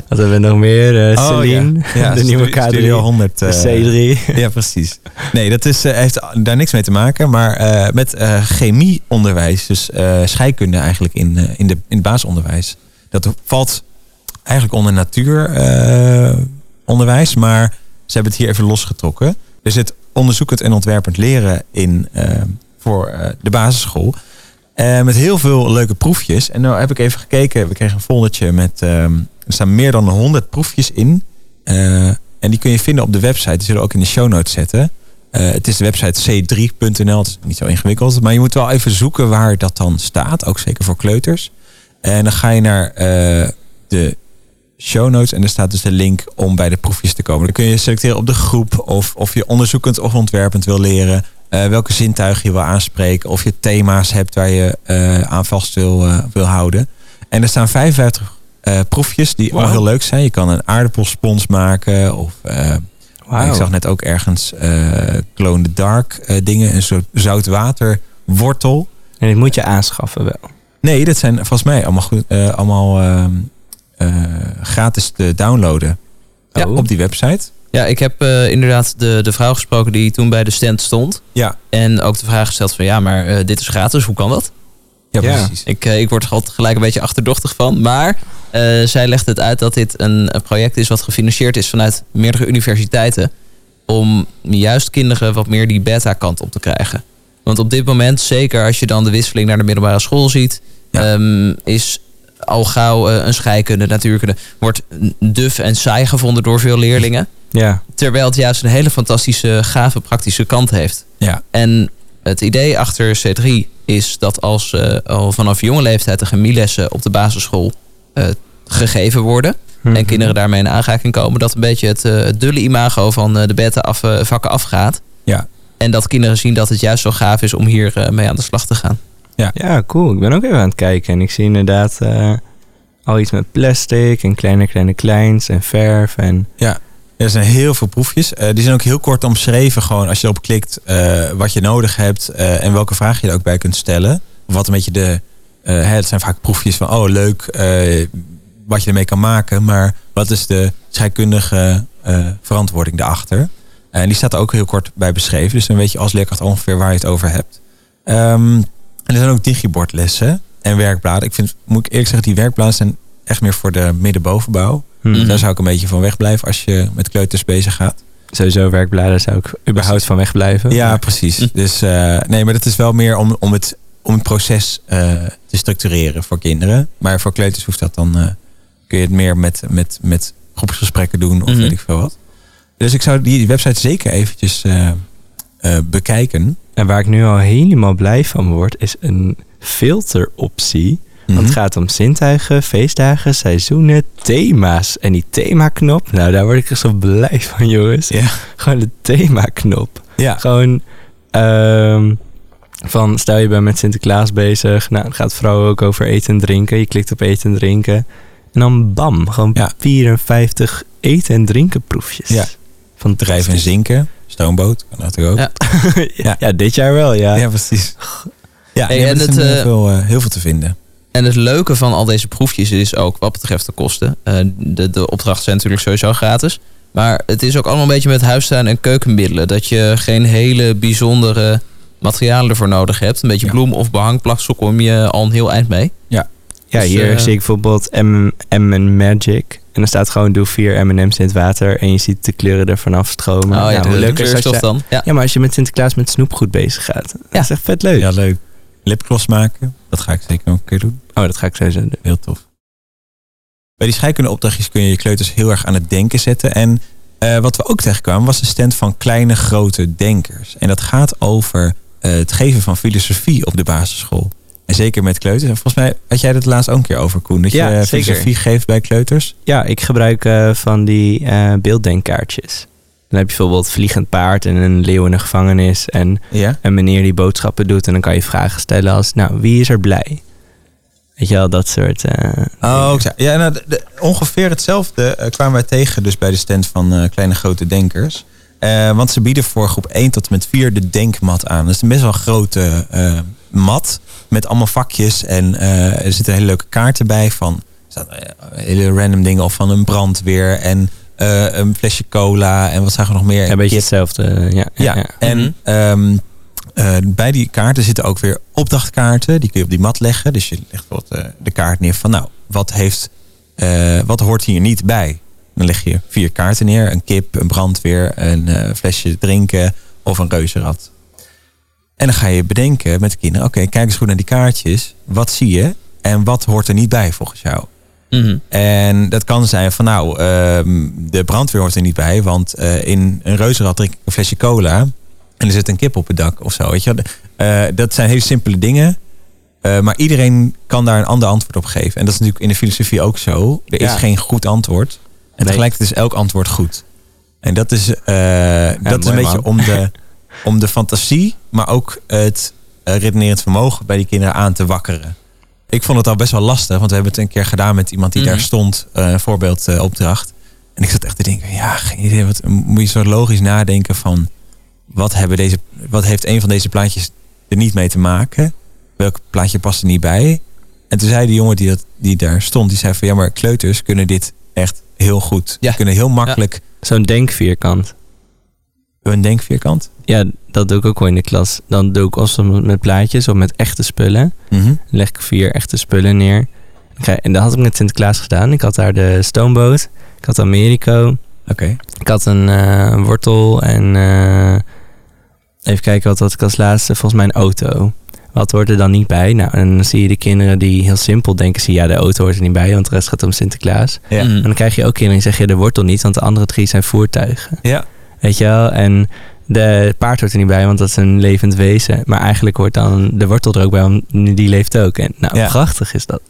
Speaker 3: wat hebben we nog meer? Eh,
Speaker 2: Oh,
Speaker 3: Celine,
Speaker 2: ja,
Speaker 3: de nieuwe
Speaker 2: Stu-
Speaker 3: K3.
Speaker 2: Studio 100. eh,
Speaker 3: C3.
Speaker 2: Ja, precies. Nee, dat is, eh, heeft daar niks mee te maken, maar eh, met eh, chemieonderwijs, dus eh, scheikunde eigenlijk in, eh, in, de, in het basisonderwijs. Dat valt eigenlijk onder natuuronderwijs, maar ze hebben het hier even losgetrokken. Er zit onderzoekend en ontwerpend leren in eh, voor eh, de basisschool. Eh, met heel veel leuke proefjes. En nou heb ik even gekeken. We kregen een foldertje met... ehm, er staan meer dan 100 proefjes in. Eh, en die kun je vinden op de website. Die zullen we ook in de show notes zetten. Eh, het is de website c3.nl. Het is niet zo ingewikkeld. Maar je moet wel even zoeken waar dat dan staat. Ook zeker voor kleuters. En dan ga je naar eh, de show notes. En daar staat dus de link om bij de proefjes te komen. Dan kun je selecteren op de groep. Of, of je onderzoekend of ontwerpend wil leren. eh, welke zintuigen je wil aanspreken. Of je thema's hebt waar je eh, aan vast wil, eh, wil houden. En er staan 55 eh, proefjes die allemaal
Speaker 1: Wauw.
Speaker 2: heel leuk zijn. Je kan een aardappelspons maken. Of eh, ik zag net ook ergens eh Clone the Dark eh, dingen. Een soort zoutwaterwortel.
Speaker 3: En dit moet je aanschaffen wel.
Speaker 2: Nee, dat zijn volgens mij allemaal, goed, eh, allemaal ehm, eh, gratis te downloaden. eh,
Speaker 1: Ja.
Speaker 2: Op die website.
Speaker 1: Ja, ik heb eh, inderdaad de, de vrouw gesproken die toen bij de stand stond.
Speaker 2: Ja.
Speaker 1: En ook de vraag gesteld van ja, maar eh, dit is gratis, hoe kan dat?
Speaker 2: Ja,
Speaker 3: Ja.
Speaker 2: precies.
Speaker 1: Ik, eh, ik word er altijd gelijk een beetje achterdochtig van. Maar eh, zij legde het uit dat dit een, een project is wat gefinancierd is vanuit meerdere universiteiten. Om juist kinderen wat meer die beta-kant op te krijgen. Want op dit moment, zeker als je dan de wisseling naar de middelbare school ziet,
Speaker 2: Ja.
Speaker 1: ehm, is al gauw eh, een scheikunde, natuurkunde, wordt duf en saai gevonden door veel leerlingen.
Speaker 3: Ja.
Speaker 1: Terwijl het juist een hele fantastische, gave praktische kant heeft.
Speaker 2: Ja.
Speaker 1: En het idee achter C3 is dat als eh, al vanaf jonge leeftijd de chemielessen op de basisschool eh, gegeven worden.
Speaker 3: Mhm.
Speaker 1: En kinderen daarmee in aanraking komen. Dat een beetje het, eh, het dulle imago van eh, de beta-vakken afgaat.
Speaker 2: Ja.
Speaker 1: En dat kinderen zien dat het juist zo gaaf is om hier eh, mee aan de slag te gaan.
Speaker 3: Ja, cool. Ik ben ook even aan het kijken. En ik zie inderdaad eh, al iets met plastic en kleine, kleine, kleins en verf. En
Speaker 2: Er zijn heel veel proefjes. Eh, die zijn ook heel kort omschreven. Gewoon als je erop klikt eh, wat je nodig hebt eh, en welke vraag je er ook bij kunt stellen. Of Wat een beetje de. eh, hè, het zijn vaak proefjes van oh leuk eh, wat je ermee kan maken. Maar wat is de scheikundige eh, verantwoording daarachter? en die staat er ook heel kort bij beschreven. Dus dan weet je als leerkracht ongeveer waar je het over hebt. Ehm, en er zijn ook digibordlessen en werkbladen. Ik vind, moet ik eerlijk zeggen, die werkbladen zijn echt meer voor de middenbovenbouw.
Speaker 3: hm,
Speaker 1: Mhm.
Speaker 2: Daar zou ik een beetje van wegblijven als je met kleuters bezig gaat.
Speaker 3: sowieso werkbladen zou ik überhaupt van wegblijven.
Speaker 2: Ja, precies.
Speaker 1: Hm.
Speaker 2: Dus eh, nee, maar dat is wel meer om, om, het, om het proces eh, te structureren voor kinderen. Maar voor kleuters hoeft dat dan. eh, kun je het meer met, met, met groepsgesprekken doen of
Speaker 1: Mhm.
Speaker 2: weet ik veel wat. Dus ik zou die, die website zeker eventjes eh, eh, bekijken.
Speaker 3: En waar ik nu al helemaal blij van word, is een filteroptie. Want
Speaker 2: Mhm.
Speaker 3: het gaat om zintuigen, feestdagen, seizoenen, thema's. En die themaknop, nou daar word ik echt zo blij van, jongens.
Speaker 2: Ja.
Speaker 3: Gewoon de themaknop.
Speaker 2: Ja.
Speaker 3: Gewoon ehm, van stel je bent met Sinterklaas bezig. Nou, dan gaat vrouw ook over eten en drinken. Je klikt op eten en drinken. En dan bam, gewoon
Speaker 2: Ja.
Speaker 3: 54 eten en drinken proefjes.
Speaker 2: Ja.
Speaker 3: Van
Speaker 2: Drijven en zinken. Stoomboot. Kan dat ook.
Speaker 1: Ja.
Speaker 3: ja. ja, dit jaar wel, ja.
Speaker 2: Ja, precies. Ja,
Speaker 1: Hey,
Speaker 2: nee,
Speaker 1: en
Speaker 2: maar er
Speaker 1: het,
Speaker 2: zijn heel,
Speaker 1: eh,
Speaker 2: veel, eh, heel veel te vinden.
Speaker 1: En het leuke van al deze proefjes is ook wat betreft de kosten. eh, de, de opdrachten zijn natuurlijk sowieso gratis. Maar het is ook allemaal een beetje met huistuin en keukenmiddelen. Dat je geen hele bijzondere materialen ervoor nodig hebt. Een beetje
Speaker 2: Ja.
Speaker 1: bloem of behangplaksel kom je al een heel eind mee.
Speaker 3: Ja,
Speaker 1: Dus,
Speaker 3: hier
Speaker 1: eh,
Speaker 3: zie ik bijvoorbeeld M, M en Magic. En dan staat gewoon doe vier M&M's in het water. En je ziet de kleuren er vanaf stromen. Nou,
Speaker 1: Oh de
Speaker 3: hoe leuk is dat?
Speaker 1: kleurstof
Speaker 3: je-
Speaker 1: dan? Ja.
Speaker 3: Ja, maar als je met Sinterklaas met snoepgoed bezig gaat. Dat
Speaker 1: Ja.
Speaker 3: is echt vet leuk.
Speaker 2: Ja, leuk. Lipgloss maken. Dat ga ik zeker nog een keer doen.
Speaker 3: Oh, dat ga ik sowieso doen.
Speaker 2: Heel tof. Bij die scheikundeopdrachtjes kun je je kleuters heel erg aan het denken zetten. En eh, wat we ook tegenkwamen was de stand van kleine grote denkers. En dat gaat over eh, het geven van filosofie op de basisschool. En zeker met kleuters. En volgens mij had jij dat laatst ook een keer over, Koen. Dat
Speaker 3: Ja,
Speaker 2: je eh,
Speaker 3: zeker.
Speaker 2: filosofie geeft bij kleuters.
Speaker 3: Ja, ik gebruik eh, van die eh, beelddenkkaartjes. Dan heb je bijvoorbeeld vliegend paard en een leeuw in een gevangenis. En
Speaker 2: Ja.
Speaker 3: een meneer die boodschappen doet. En dan kan je vragen stellen als, nou, wie is er blij? Weet je wel, dat soort... eh,
Speaker 2: Oh,
Speaker 3: dingen.
Speaker 2: ook zo. ja, nou, de- de- ongeveer hetzelfde eh, kwamen wij tegen dus bij de stand van eh, Kleine Grote Denkers. Eh, want ze bieden voor groep 1 tot en met 4 de denkmat aan. Dat is een best wel grote eh, mat met allemaal vakjes. En eh, er zitten hele leuke kaarten bij van er staan, eh, hele random dingen of van een brandweer en eh, een flesje cola. En wat zagen we nog meer?
Speaker 3: Ja, een beetje hetzelfde. Ja,
Speaker 2: Ja, en
Speaker 1: Mhm.
Speaker 2: ehm, eh, bij die kaarten zitten ook weer opdrachtkaarten. Die kun je op die mat leggen. Dus je legt bijvoorbeeld eh, de kaart neer van nou, wat, heeft, eh, wat hoort hier niet bij? Dan leg je vier kaarten neer. Een kip, een brandweer, een eh, flesje drinken of een reuzenrad. En dan ga je bedenken met de kinderen. Oké, kijk eens goed naar die kaartjes. Wat zie je? En wat hoort er niet bij volgens jou?
Speaker 1: Mhm.
Speaker 2: En dat kan zijn van nou, ehm, de brandweer hoort er niet bij. Want eh, in een reuzenrad drink ik een flesje cola. En er zit een kip op het dak of zo. Weet je? wel. Eh, dat zijn hele simpele dingen. eh, maar iedereen kan daar een ander antwoord op geven. En dat is natuurlijk in de filosofie ook zo. Er is
Speaker 3: Ja.
Speaker 2: geen goed antwoord. En
Speaker 3: Nee.
Speaker 2: tegelijkertijd is elk antwoord goed. En dat is, eh, dat is een
Speaker 3: mooi,
Speaker 2: beetje
Speaker 3: man.
Speaker 2: om de, om de fantasie, maar ook het eh, redenerend vermogen bij die kinderen aan te wakkeren. Ik vond het al best wel lastig, want we hebben het een keer gedaan met iemand die
Speaker 1: Mhm.
Speaker 2: daar stond, eh, een voorbeeldopdracht. En ik zat echt te denken, ja, geen idee. Wat, moet je zo logisch nadenken van, wat, hebben deze, wat heeft een van deze plaatjes er niet mee te maken? Welk plaatje past er niet bij? En toen zei die jongen die, dat, die daar stond, die zei van, ja, maar kleuters kunnen dit echt heel goed.
Speaker 1: Ja.
Speaker 2: Ze kunnen heel makkelijk
Speaker 3: Zo'n denkvierkant.
Speaker 2: hun denkvierkant.
Speaker 3: Ja, dat doe ik ook wel in de klas. Dan doe ik of soms met plaatjes of met echte spullen.
Speaker 2: Mhm.
Speaker 3: Dan leg ik vier echte spullen neer. Dan ga- En dat had ik met Sinterklaas gedaan. Ik had daar de stoomboot. Ik had Americo.
Speaker 2: Oké.
Speaker 3: Ik had een eh, een wortel. En eh, even kijken wat had ik als laatste. Volgens mij een auto. Wat hoort er dan niet bij? Nou, en dan zie je de kinderen die heel simpel denken. Zie, ja, de auto hoort er niet bij, want de rest gaat om Sinterklaas.
Speaker 2: Ja.
Speaker 1: Mhm.
Speaker 3: En dan krijg je ook kinderen die zeggen, ja, de wortel niet, want de andere drie zijn voertuigen.
Speaker 2: Ja.
Speaker 3: Weet je wel? En de paard hoort er niet bij, want dat is een levend wezen. Maar eigenlijk hoort dan de wortel er ook bij, want die leeft ook. En nou,
Speaker 2: Ja.
Speaker 3: prachtig is dat.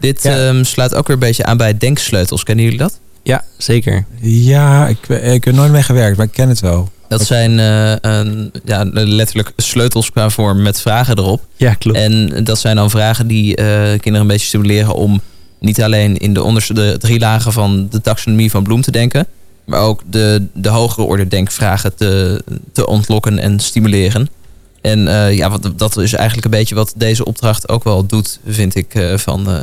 Speaker 1: Dit
Speaker 2: Ja.
Speaker 1: ehm, sluit ook weer een beetje aan bij denksleutels. Kennen jullie dat?
Speaker 3: Ja, zeker.
Speaker 2: Ja, ik, ik heb er nooit mee gewerkt, maar ik ken het wel.
Speaker 1: Dat zijn eh, een- ja, letterlijk sleutels qua vorm met vragen erop.
Speaker 3: Ja, klopt.
Speaker 1: En dat zijn dan vragen die eh, kinderen een beetje stimuleren om niet alleen in de onderste de drie lagen van de taxonomie van Bloem te denken, maar ook de, de hogere orde denkvragen te, te ontlokken en stimuleren. En eh, ja, wat, dat is eigenlijk een beetje wat deze opdracht ook wel doet, vind ik, eh, van, eh,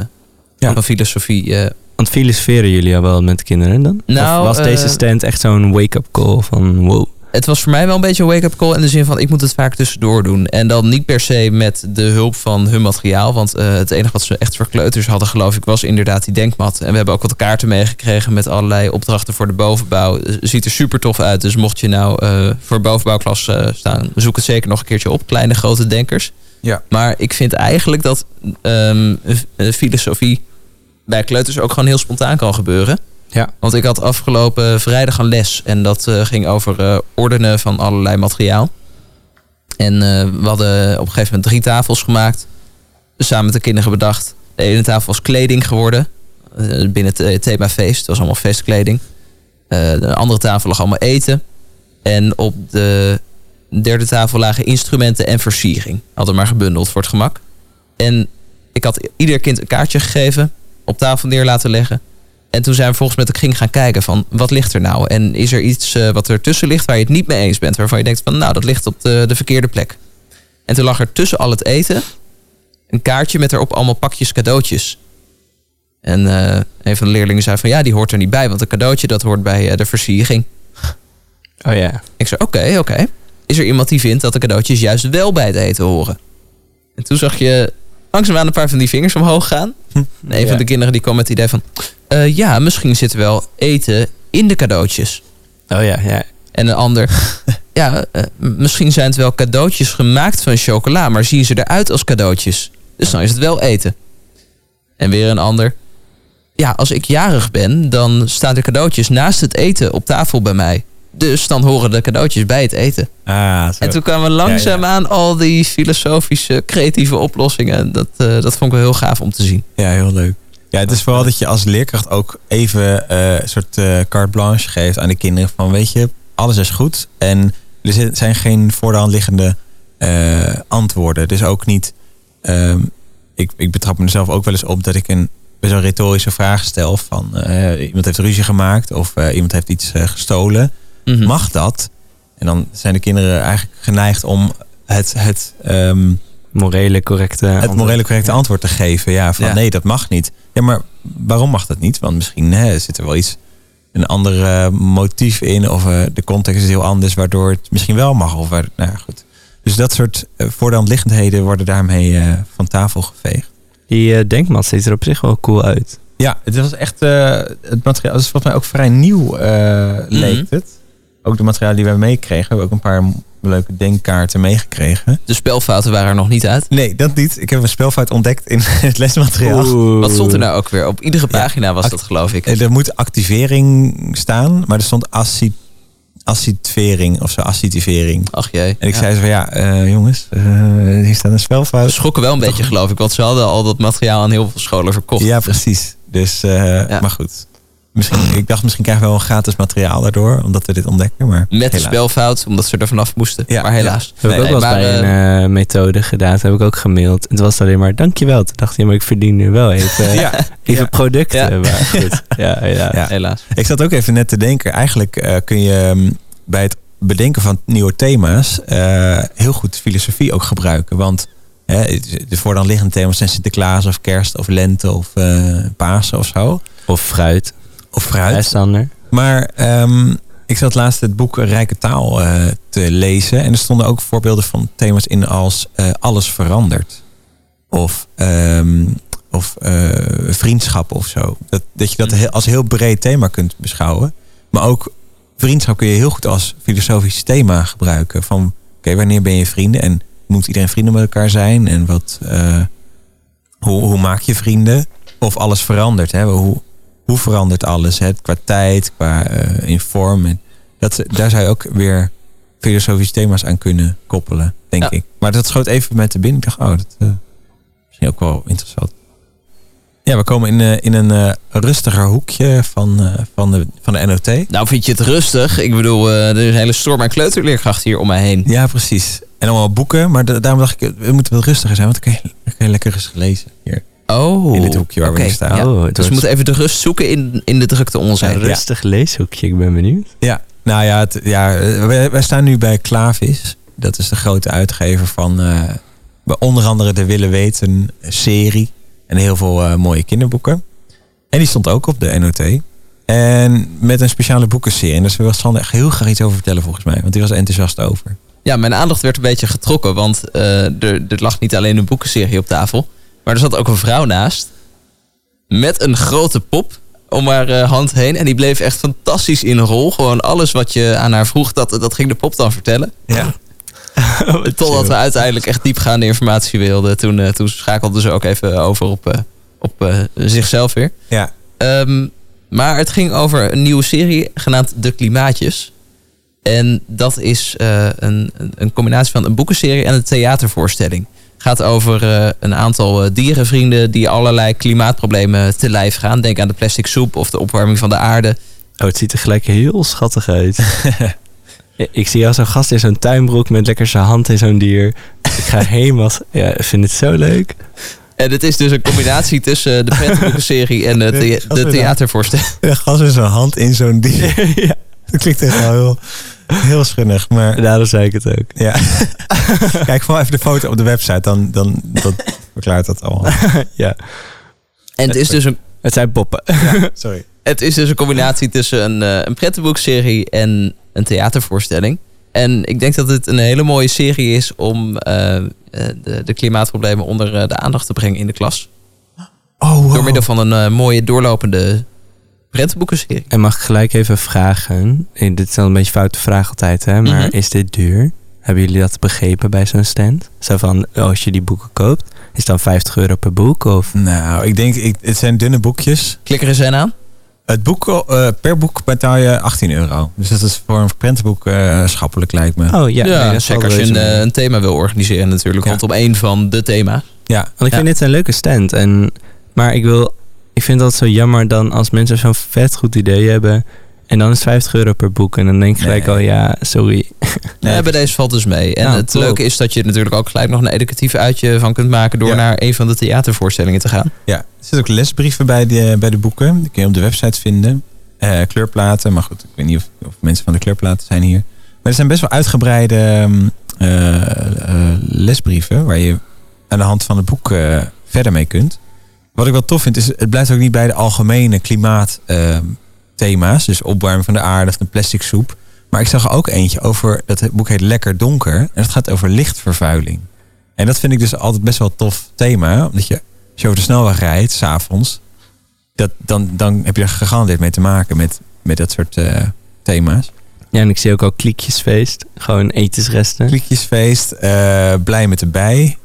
Speaker 2: Ja.
Speaker 1: van filosofie. eh.
Speaker 3: Want filosoferen jullie al wel met kinderen dan?
Speaker 1: Nou,
Speaker 3: of was
Speaker 1: eh,
Speaker 3: deze stand echt zo'n wake-up call van wow?
Speaker 1: het was voor mij wel een beetje een wake-up call in de zin van ik moet het vaak tussendoor doen. En dan niet per se met de hulp van hun materiaal. Want eh, het enige wat ze echt voor kleuters hadden, geloof ik, was inderdaad die denkmat. En we hebben ook wat kaarten meegekregen met allerlei opdrachten voor de bovenbouw. Eh, Ziet er super tof uit. Dus mocht je nou eh, voor bovenbouwklas eh, staan, zoek het zeker nog een keertje op. Kleine grote denkers.
Speaker 2: Ja.
Speaker 1: Maar ik vind eigenlijk dat ehm, eh, filosofie bij kleuters ook gewoon heel spontaan kan gebeuren. Want ik had afgelopen vrijdag een les en dat eh, ging over eh, ordenen van allerlei materiaal. En eh, we hadden op een gegeven moment drie tafels gemaakt, samen met de kinderen bedacht. De ene tafel was kleding geworden, eh, binnen het eh, thema feest, het was allemaal festkleding. Eh, de andere tafel lag allemaal eten. En op de derde tafel lagen instrumenten en versiering. Hadden maar gebundeld voor het gemak. En ik had ieder kind een kaartje gegeven, op tafel neer laten leggen. En toen zijn we volgens met de kring gaan kijken van wat ligt er nou? En is er iets eh, wat ertussen ligt waar je het niet mee eens bent? Waarvan je denkt van nou, dat ligt op de, de verkeerde plek. En toen lag er tussen al het eten een kaartje met erop allemaal pakjes cadeautjes. En eh, een van de leerlingen zei van ja, die hoort er niet bij. Want een cadeautje dat hoort bij eh, de versiering.
Speaker 3: Oh ja.
Speaker 1: Ik zei oké, oké. Is er iemand die vindt dat de cadeautjes juist wel bij het eten horen? En toen zag je langzaamaan een paar van die vingers omhoog gaan. En een van de kinderen die kwam met het idee van... eh, ja, misschien zit er wel eten in de cadeautjes.
Speaker 3: Oh ja, ja.
Speaker 1: En een ander... ja, eh, m- misschien zijn het wel cadeautjes gemaakt van chocola... maar zien ze eruit als cadeautjes. Dus dan is het wel eten. En weer een ander... ja, als ik jarig ben... dan staan de cadeautjes naast het eten op tafel bij mij. Dus dan horen de cadeautjes bij het eten.
Speaker 2: Ah, zo.
Speaker 1: En toen kwamen langzaamaan al die filosofische, creatieve oplossingen. Dat, eh, dat vond ik wel heel gaaf om te zien.
Speaker 2: Ja, heel leuk. Ja, het is vooral dat je als leerkracht ook even eh, een soort eh, carte blanche geeft aan de kinderen. Van weet je, alles is goed. En er zi- zijn geen voor de hand liggende eh, antwoorden. Dus ook niet. ehm, ik, ik betrap mezelf ook wel eens op dat ik een best wel retorische vraag stel. Van eh, iemand heeft ruzie gemaakt of eh, iemand heeft iets eh, gestolen
Speaker 1: Mhm.
Speaker 2: mag dat? En dan zijn de kinderen eigenlijk geneigd om het, het, ehm,
Speaker 3: Morele correcte.
Speaker 2: het morele correcte antwoord te geven. Ja, van
Speaker 1: Ja.
Speaker 2: nee, dat mag niet. Ja, maar waarom mag dat niet? Want misschien hè, zit er wel iets, een ander eh, motief in. Of eh, de context is heel anders, waardoor het misschien wel mag. Of waar, nou ja, goed. Dus dat soort eh, voor de hand liggendheden worden daarmee eh, van tafel geveegd.
Speaker 3: Die eh, denkmat ziet er op zich wel cool uit.
Speaker 2: Ja, het was echt. eh, het materiaal dat is volgens mij ook vrij nieuw, eh, leek het. Ook de materialen die wij meekregen. Hebben we ook een paar m- leuke denkkaarten meegekregen.
Speaker 1: De spelfouten waren er nog niet uit.
Speaker 2: Nee, dat niet. Ik heb een spelfout ontdekt in het lesmateriaal.
Speaker 3: Oeh.
Speaker 1: Wat stond er nou ook weer? Op iedere pagina was
Speaker 2: Act-
Speaker 1: dat, geloof ik.
Speaker 2: Eh, Er moet activering staan, maar er stond acci- accitvering of zo, accitivering.
Speaker 1: Ach jee.
Speaker 2: En ik
Speaker 1: Ja.
Speaker 2: zei zo van ja, eh, jongens, eh, hier staat een
Speaker 1: We
Speaker 2: spelfout.
Speaker 1: schrokken wel een beetje, geloof ik. Want ze hadden al dat materiaal aan heel veel scholen verkocht.
Speaker 2: Ja, precies. Dus, eh,
Speaker 1: Ja.
Speaker 2: maar goed. Misschien, ik dacht, misschien krijgen we wel een gratis materiaal daardoor, omdat we dit ontdekken. Maar
Speaker 1: Met de
Speaker 2: helaas.
Speaker 1: spelfout, omdat ze er vanaf moesten.
Speaker 2: Ja,
Speaker 1: maar helaas.
Speaker 3: Dat heb ik
Speaker 1: Nee,
Speaker 3: ook wel
Speaker 1: maar,
Speaker 3: eens bij een
Speaker 1: eh,
Speaker 3: eh, methode gedaan. Dat heb ik ook gemaild. Het was alleen maar dankjewel. Toen dacht hij, maar ik verdien nu wel even, eh,
Speaker 2: Ja,
Speaker 3: even
Speaker 2: ja.
Speaker 3: producten.
Speaker 1: Ja.
Speaker 3: Maar goed. Ja, ja.
Speaker 2: Ja.
Speaker 1: Helaas.
Speaker 2: Ik zat ook even net te denken. Eigenlijk eh, kun je mm, bij het bedenken van nieuwe thema's eh, heel goed filosofie ook gebruiken. Want hè, de voordan liggende thema's zijn Sinterklaas of kerst of lente of eh, Pasen of zo.
Speaker 3: Of fruit.
Speaker 2: Of fruit.
Speaker 3: Bijstander.
Speaker 2: Maar ehm, ik zat laatst het boek Rijke Taal eh, te lezen. En er stonden ook voorbeelden van thema's in als eh, alles verandert. Of, ehm, of eh, vriendschap of zo. Dat, dat je dat
Speaker 1: Hm.
Speaker 2: heel- als heel breed thema kunt beschouwen. Maar ook vriendschap kun je heel goed als filosofisch thema gebruiken. Van oké, wanneer ben je vrienden? En moet iedereen vrienden met elkaar zijn? En wat, eh, hoe, hoe maak je vrienden? Of alles verandert. Hè? Hoe, hoe verandert alles? Hè? Qua tijd, qua eh, in vorm. En dat, daar zou je ook weer filosofische thema's aan kunnen koppelen, denk
Speaker 1: Ja.
Speaker 2: ik. Maar dat schoot even met de binnen. Ik dacht, oh, dat eh misschien ook wel interessant. Ja, Ja, we komen in, eh, in een eh, rustiger hoekje van, eh, van, de, van de NOT.
Speaker 1: Nou vind je het rustig. Ik bedoel, eh, er is een hele storm aan kleuterleerkrachten hier om mij heen.
Speaker 2: Ja, precies. En allemaal boeken, maar da- daarom dacht ik, eh, we moeten wel rustiger zijn, want dan kun je, dan kun je lekker eens lezen hier
Speaker 1: Oh,
Speaker 2: in dit hoekje waar we
Speaker 1: oké,
Speaker 2: nu staan.
Speaker 1: ja. Dus
Speaker 3: Oh, het
Speaker 1: we
Speaker 3: wordt
Speaker 1: moeten even de rust zoeken in, in de drukte om ons
Speaker 3: een
Speaker 1: heen.
Speaker 3: rustig leeshoekje. Ik ben benieuwd.
Speaker 2: Nou ja, het, ja eh, wij, wij staan nu bij Klavis. Dat is de grote uitgever van eh, bij onder andere de Willen Weten serie. En heel veel eh, mooie kinderboeken. En die stond ook op de NOT. En met een speciale boekenserie. En daar wil Sander echt heel graag iets over vertellen volgens mij. Want die was er enthousiast over.
Speaker 1: Ja, mijn aandacht werd een beetje getrokken, want eh, er, er lag niet alleen een boekenserie op tafel, maar er zat ook een vrouw naast met een grote pop om haar eh, hand heen en die bleef echt fantastisch in rol. Gewoon alles wat je aan haar vroeg, dat, dat ging de pop dan vertellen.
Speaker 2: Ja.
Speaker 1: Totdat we uiteindelijk echt diepgaande informatie wilden. Toen, eh, toen schakelde ze ook even over op, eh, op eh, zichzelf weer.
Speaker 2: Ja.
Speaker 1: Ehm, maar het ging over een nieuwe serie genaamd De Klimaatjes. En dat is eh, een, een- een combinatie van een boekenserie en een theatervoorstelling. gaat over eh, een aantal eh, dierenvrienden die allerlei klimaatproblemen te lijf gaan. Denk aan de plastic soep of de opwarming van de aarde.
Speaker 3: Oh, het ziet er gelijk heel schattig uit. Ja, Ik zie jou zo'n gast in zo'n tuinbroek met lekker zijn hand in zo'n dier. Ik ga helemaal... Ja, ik vind het zo leuk.
Speaker 1: En het is dus een combinatie tussen eh, de pretboekenserie en eh, de,
Speaker 2: Nee,
Speaker 1: thea-
Speaker 2: schat
Speaker 1: de
Speaker 2: me
Speaker 1: theatervoorstelling.
Speaker 2: De gas in zijn hand in zo'n dier.
Speaker 3: ja,
Speaker 2: Dat klinkt echt wel heel, heel schunnig. Maar
Speaker 3: daarom zei ik het ook.
Speaker 2: Ja. Kijk vooral even de foto op de website, dan, dan dat verklaart dat allemaal.
Speaker 3: Ja,
Speaker 1: En het is dus een
Speaker 3: het zijn poppen.
Speaker 2: Sorry.
Speaker 1: Het is dus een combinatie tussen een, eh, een prettenboekserie en een theatervoorstelling. En ik denk dat het een hele mooie serie is om eh, eh, de, de klimaatproblemen onder eh, de aandacht te brengen in de klas.
Speaker 2: Oh, wow.
Speaker 1: Door middel van een eh, mooie doorlopende prettenboekenserie.
Speaker 3: En mag ik gelijk even vragen? Eh, Dit is dan een beetje foute vraag altijd, hè? Maar
Speaker 1: Mhm.
Speaker 3: is dit duur? Hebben jullie dat begrepen bij zo'n stand? Zo van, oh, als je die boeken koopt, is het dan 50 euro per boek? Of
Speaker 2: Nou, ik denk, ik, het zijn dunne boekjes.
Speaker 1: Klik er eens een aan.
Speaker 2: Het boek, eh, per boek betaal je 18 euro. Dus dat is voor een prentenboek eh, schappelijk, lijkt me.
Speaker 3: Oh ja,
Speaker 1: Ja,
Speaker 3: nee, dat is
Speaker 1: zeker
Speaker 3: wel
Speaker 1: als je een,
Speaker 3: reuze.
Speaker 1: eh, een thema wil organiseren natuurlijk.
Speaker 2: Ja.
Speaker 1: Rondom één van de thema's.
Speaker 2: Ja,
Speaker 3: Want ik vind dit een leuke stand. En, maar ik, wil, ik vind dat zo jammer dan als mensen zo'n vet goed idee hebben. En dan is het 50 euro per boek. En dan denk je gelijk
Speaker 2: Nee.
Speaker 3: al, ja, sorry.
Speaker 2: Nee, Nou,
Speaker 1: Ja, bij deze valt dus mee. En
Speaker 3: Ja,
Speaker 1: het
Speaker 3: top.
Speaker 1: leuke is dat je er natuurlijk ook gelijk nog een educatief uitje van kunt maken... door
Speaker 2: Ja.
Speaker 1: naar een van de theatervoorstellingen te gaan.
Speaker 2: ja. Er zitten ook lesbrieven bij de, bij de boeken. Die kun je op de website vinden. Eh, kleurplaten, maar goed, ik weet niet of, of mensen van de kleurplaten zijn hier. Maar er zijn best wel uitgebreide ehm, eh, eh, lesbrieven waar je aan de hand van het boek eh, verder mee kunt. Wat ik wel tof vind, is het blijft ook niet bij de algemene klimaatthema's. dus opwarming van de aarde of de plastic soep. Maar ik zag er ook eentje over, dat boek heet Lekker Donker. En dat gaat over lichtvervuiling. En dat vind ik dus altijd best wel een tof thema. Omdat je, als je over de snelweg rijdt, s'avonds, dat, dan, dan heb je er gegarandeerd mee te maken met, met dat soort eh, thema's.
Speaker 3: Ja, en ik zie ook al kliekjesfeest. Gewoon etensresten.
Speaker 2: Kliekjesfeest, eh, blij met de bij.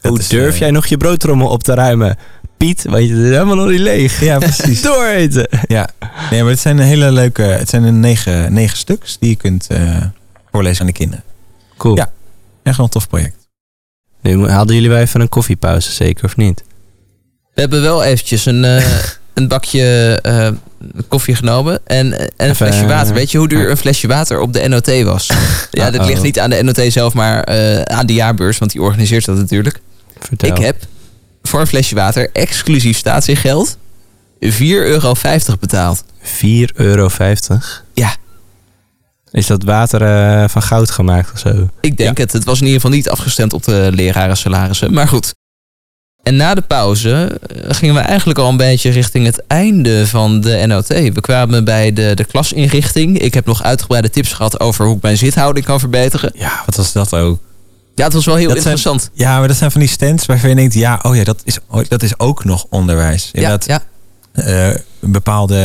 Speaker 2: Dat
Speaker 3: Hoe
Speaker 2: is,
Speaker 3: durf
Speaker 2: eh,
Speaker 3: jij nog je broodtrommel op te ruimen? Piet, want je is helemaal nog niet leeg.
Speaker 2: Ja, precies.
Speaker 3: Dooreten.
Speaker 2: Nee, maar het zijn een hele leuke. Het zijn een negen, negen stuks die je kunt eh, voorlezen aan de kinderen.
Speaker 3: Cool.
Speaker 2: Ja. Ja, gewoon een tof project.
Speaker 3: Nu mo- hadden jullie wel even een koffiepauze, zeker of niet?
Speaker 1: We hebben wel eventjes een, eh, een bakje eh, koffie genomen en, en een
Speaker 3: Even,
Speaker 1: flesje water.
Speaker 3: eh,
Speaker 1: Weet je hoe duur een flesje water op de NOT was? ja, dit
Speaker 3: Uh-oh.
Speaker 1: ligt niet aan de NOT zelf, maar eh, aan de jaarbeurs, want die organiseert dat natuurlijk.
Speaker 3: Vertel.
Speaker 1: Ik heb voor een flesje water, exclusief statiegeld, 4,50 euro betaald.
Speaker 3: 4,50 euro.
Speaker 1: Ja.
Speaker 3: Is dat water eh, van goud gemaakt of zo?
Speaker 1: Ik denk het. Het was in ieder geval niet afgestemd op de leraren salarissen. Maar goed. En na de pauze eh, gingen we eigenlijk al een beetje richting het einde van de NOT. We kwamen bij de, de klasinrichting. Ik heb nog uitgebreide tips gehad over hoe ik mijn zithouding kan verbeteren.
Speaker 2: Ja, wat was dat ook?
Speaker 1: Ja, het was wel heel
Speaker 2: Dat zijn-
Speaker 1: interessant.
Speaker 2: Ja, maar dat zijn van die stands waarvan je denkt, ja, oh ja, dat is, oh, dat is ook nog onderwijs.
Speaker 1: ja,
Speaker 2: Inderdaad,
Speaker 1: ja.
Speaker 2: eh, een bepaalde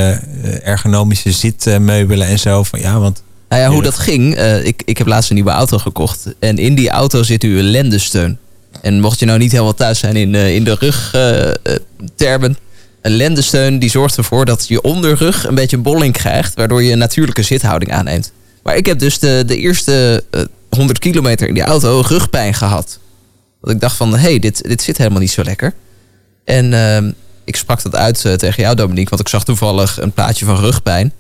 Speaker 2: eh, ergonomische zitmeubelen en zo. Van, ja, want
Speaker 1: Nou ja, hoe
Speaker 2: Heerlijk.
Speaker 1: dat ging. eh, ik, ik heb laatst een nieuwe auto gekocht. En in die auto zit uw lendensteun. En mocht je nou niet helemaal thuis zijn in, eh, in de rugtermen. termen een lendensteun die zorgt ervoor dat je onderrug een beetje een bolling krijgt. Waardoor je een natuurlijke zithouding aanneemt. Maar ik heb dus de, de eerste eh, 100 kilometer in die auto rugpijn gehad. Dat ik dacht van, hé, hey, dit, dit zit helemaal niet zo lekker. En ehm, ik sprak dat uit eh, tegen jou, Dominique, want ik zag toevallig een plaatje van rugpijn.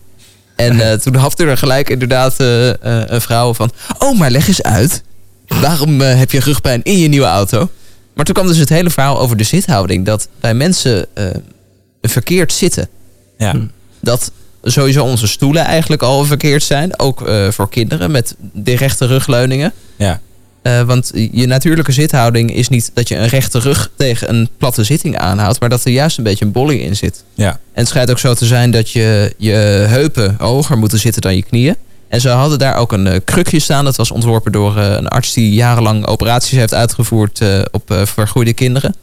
Speaker 1: En eh, toen hapte er gelijk inderdaad eh, eh, een vrouw van... Oh, maar leg eens uit. Waarom eh, heb je rugpijn in je nieuwe auto? Maar toen kwam dus het hele verhaal over de zithouding. Dat wij mensen eh, verkeerd zitten.
Speaker 2: Ja.
Speaker 3: Hm.
Speaker 1: Dat sowieso onze stoelen eigenlijk al verkeerd zijn. Ook eh, voor kinderen met de rechte rugleuningen.
Speaker 2: Ja.
Speaker 1: Eh, want je natuurlijke zithouding is niet dat je een rechte rug tegen een platte zitting aanhoudt. Maar dat er juist een beetje een bolling in zit.
Speaker 2: Ja.
Speaker 1: En het schijnt ook zo te zijn dat je je heupen hoger moeten zitten dan je knieën. En ze hadden daar ook een eh, krukje staan. Dat was ontworpen door eh, een arts die jarenlang operaties heeft uitgevoerd eh, op eh, vergroeide kinderen.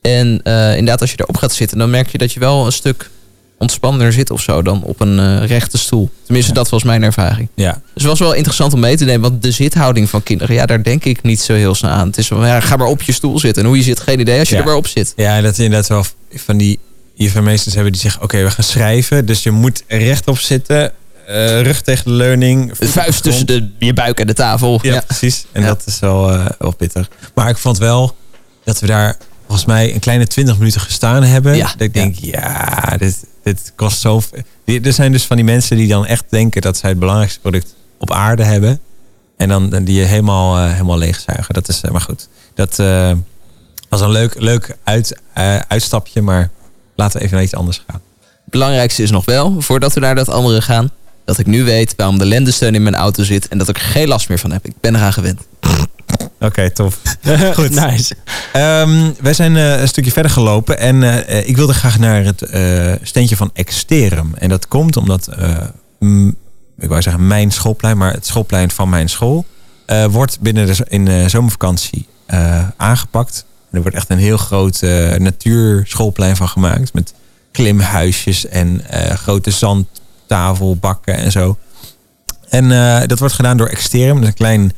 Speaker 1: En eh, inderdaad, als je erop gaat zitten, dan merk je dat je wel een stuk ontspannender zit of zo dan op een eh, rechte stoel. Tenminste,
Speaker 2: Ja.
Speaker 1: dat was mijn ervaring.
Speaker 2: Ja.
Speaker 1: Dus het was wel interessant om mee te nemen, want de zithouding van kinderen, ja, daar denk ik niet zo heel snel aan. Het is van, ja, ga maar op je stoel zitten. En hoe je zit, geen idee als je
Speaker 2: Ja.
Speaker 1: er maar op zit.
Speaker 2: Ja, dat je inderdaad wel van die IFM-meesters hebben die zeggen... oké, we gaan schrijven, dus je moet rechtop zitten... eh, rug tegen de leuning. voet op de
Speaker 1: Vuist tussen
Speaker 2: grond.
Speaker 1: de, je buik en de tafel.
Speaker 2: Ja, precies. En
Speaker 1: Ja.
Speaker 2: dat is wel, eh, wel pittig. Maar ik vond wel dat we daar volgens mij een kleine 20 minuten gestaan hebben.
Speaker 1: Ja.
Speaker 2: Dat ik denk, ja, dit, dit kost zoveel. Die- Er zijn dus van die mensen die dan echt denken dat zij het belangrijkste product op aarde hebben. En dan dan die je helemaal, eh, helemaal leegzuigen. Dat is, eh, maar goed. Dat eh, was een leuk, leuk uit, eh, uitstapje, maar laten we even naar iets anders gaan.
Speaker 1: belangrijkste is nog wel, voordat we naar dat andere gaan, dat ik nu weet waarom de lendensteun in mijn auto zit en dat ik er geen last meer van heb. Ik ben eraan gewend.
Speaker 2: Oké, tof.
Speaker 3: Goed. Nice.
Speaker 2: Ehm, wij zijn eh, een stukje verder gelopen en eh, eh, ik wilde graag naar het eh, steentje van Exterum. En dat komt omdat, eh, m- ik wou zeggen mijn schoolplein, maar het schoolplein van mijn school eh, wordt binnen de z- in de zomervakantie eh, aangepakt. En er wordt echt een heel groot eh, natuurschoolplein van gemaakt met klimhuisjes en eh, grote zandtafelbakken en zo. En eh, dat wordt gedaan door Exterum, dat is een klein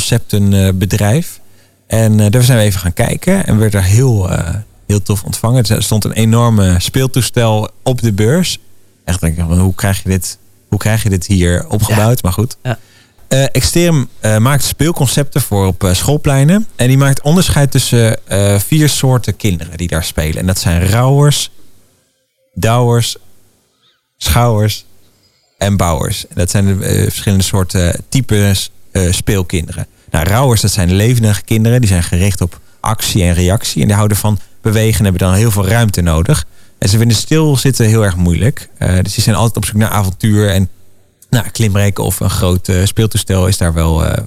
Speaker 2: schoolpleinconceptenbedrijf. En eh, daar zijn we even gaan kijken en werd daar heel, eh, heel tof ontvangen. Er stond een enorme speeltoestel op de beurs. Echt denk ik, van, hoe krijg je dit, hoe krijg je dit hier opgebouwd? Maar goed.
Speaker 1: Ja.
Speaker 2: Eh, Exterium eh, maakt speelconcepten voor op eh, schoolpleinen. En die maakt onderscheid tussen eh, vier soorten kinderen die daar spelen. En dat zijn rouwers, douwers, schouwers en bouwers. En dat zijn de eh, verschillende soorten types eh, speelkinderen. Nou, rouwers, dat zijn levendige kinderen. Die zijn gericht op actie en reactie. En die houden van bewegen en hebben dan heel veel ruimte nodig. En ze vinden stilzitten heel erg moeilijk. Eh, dus die zijn altijd op zoek naar avontuur. En nou, klimrekken of een groot eh, speeltoestel is daar, wel, eh,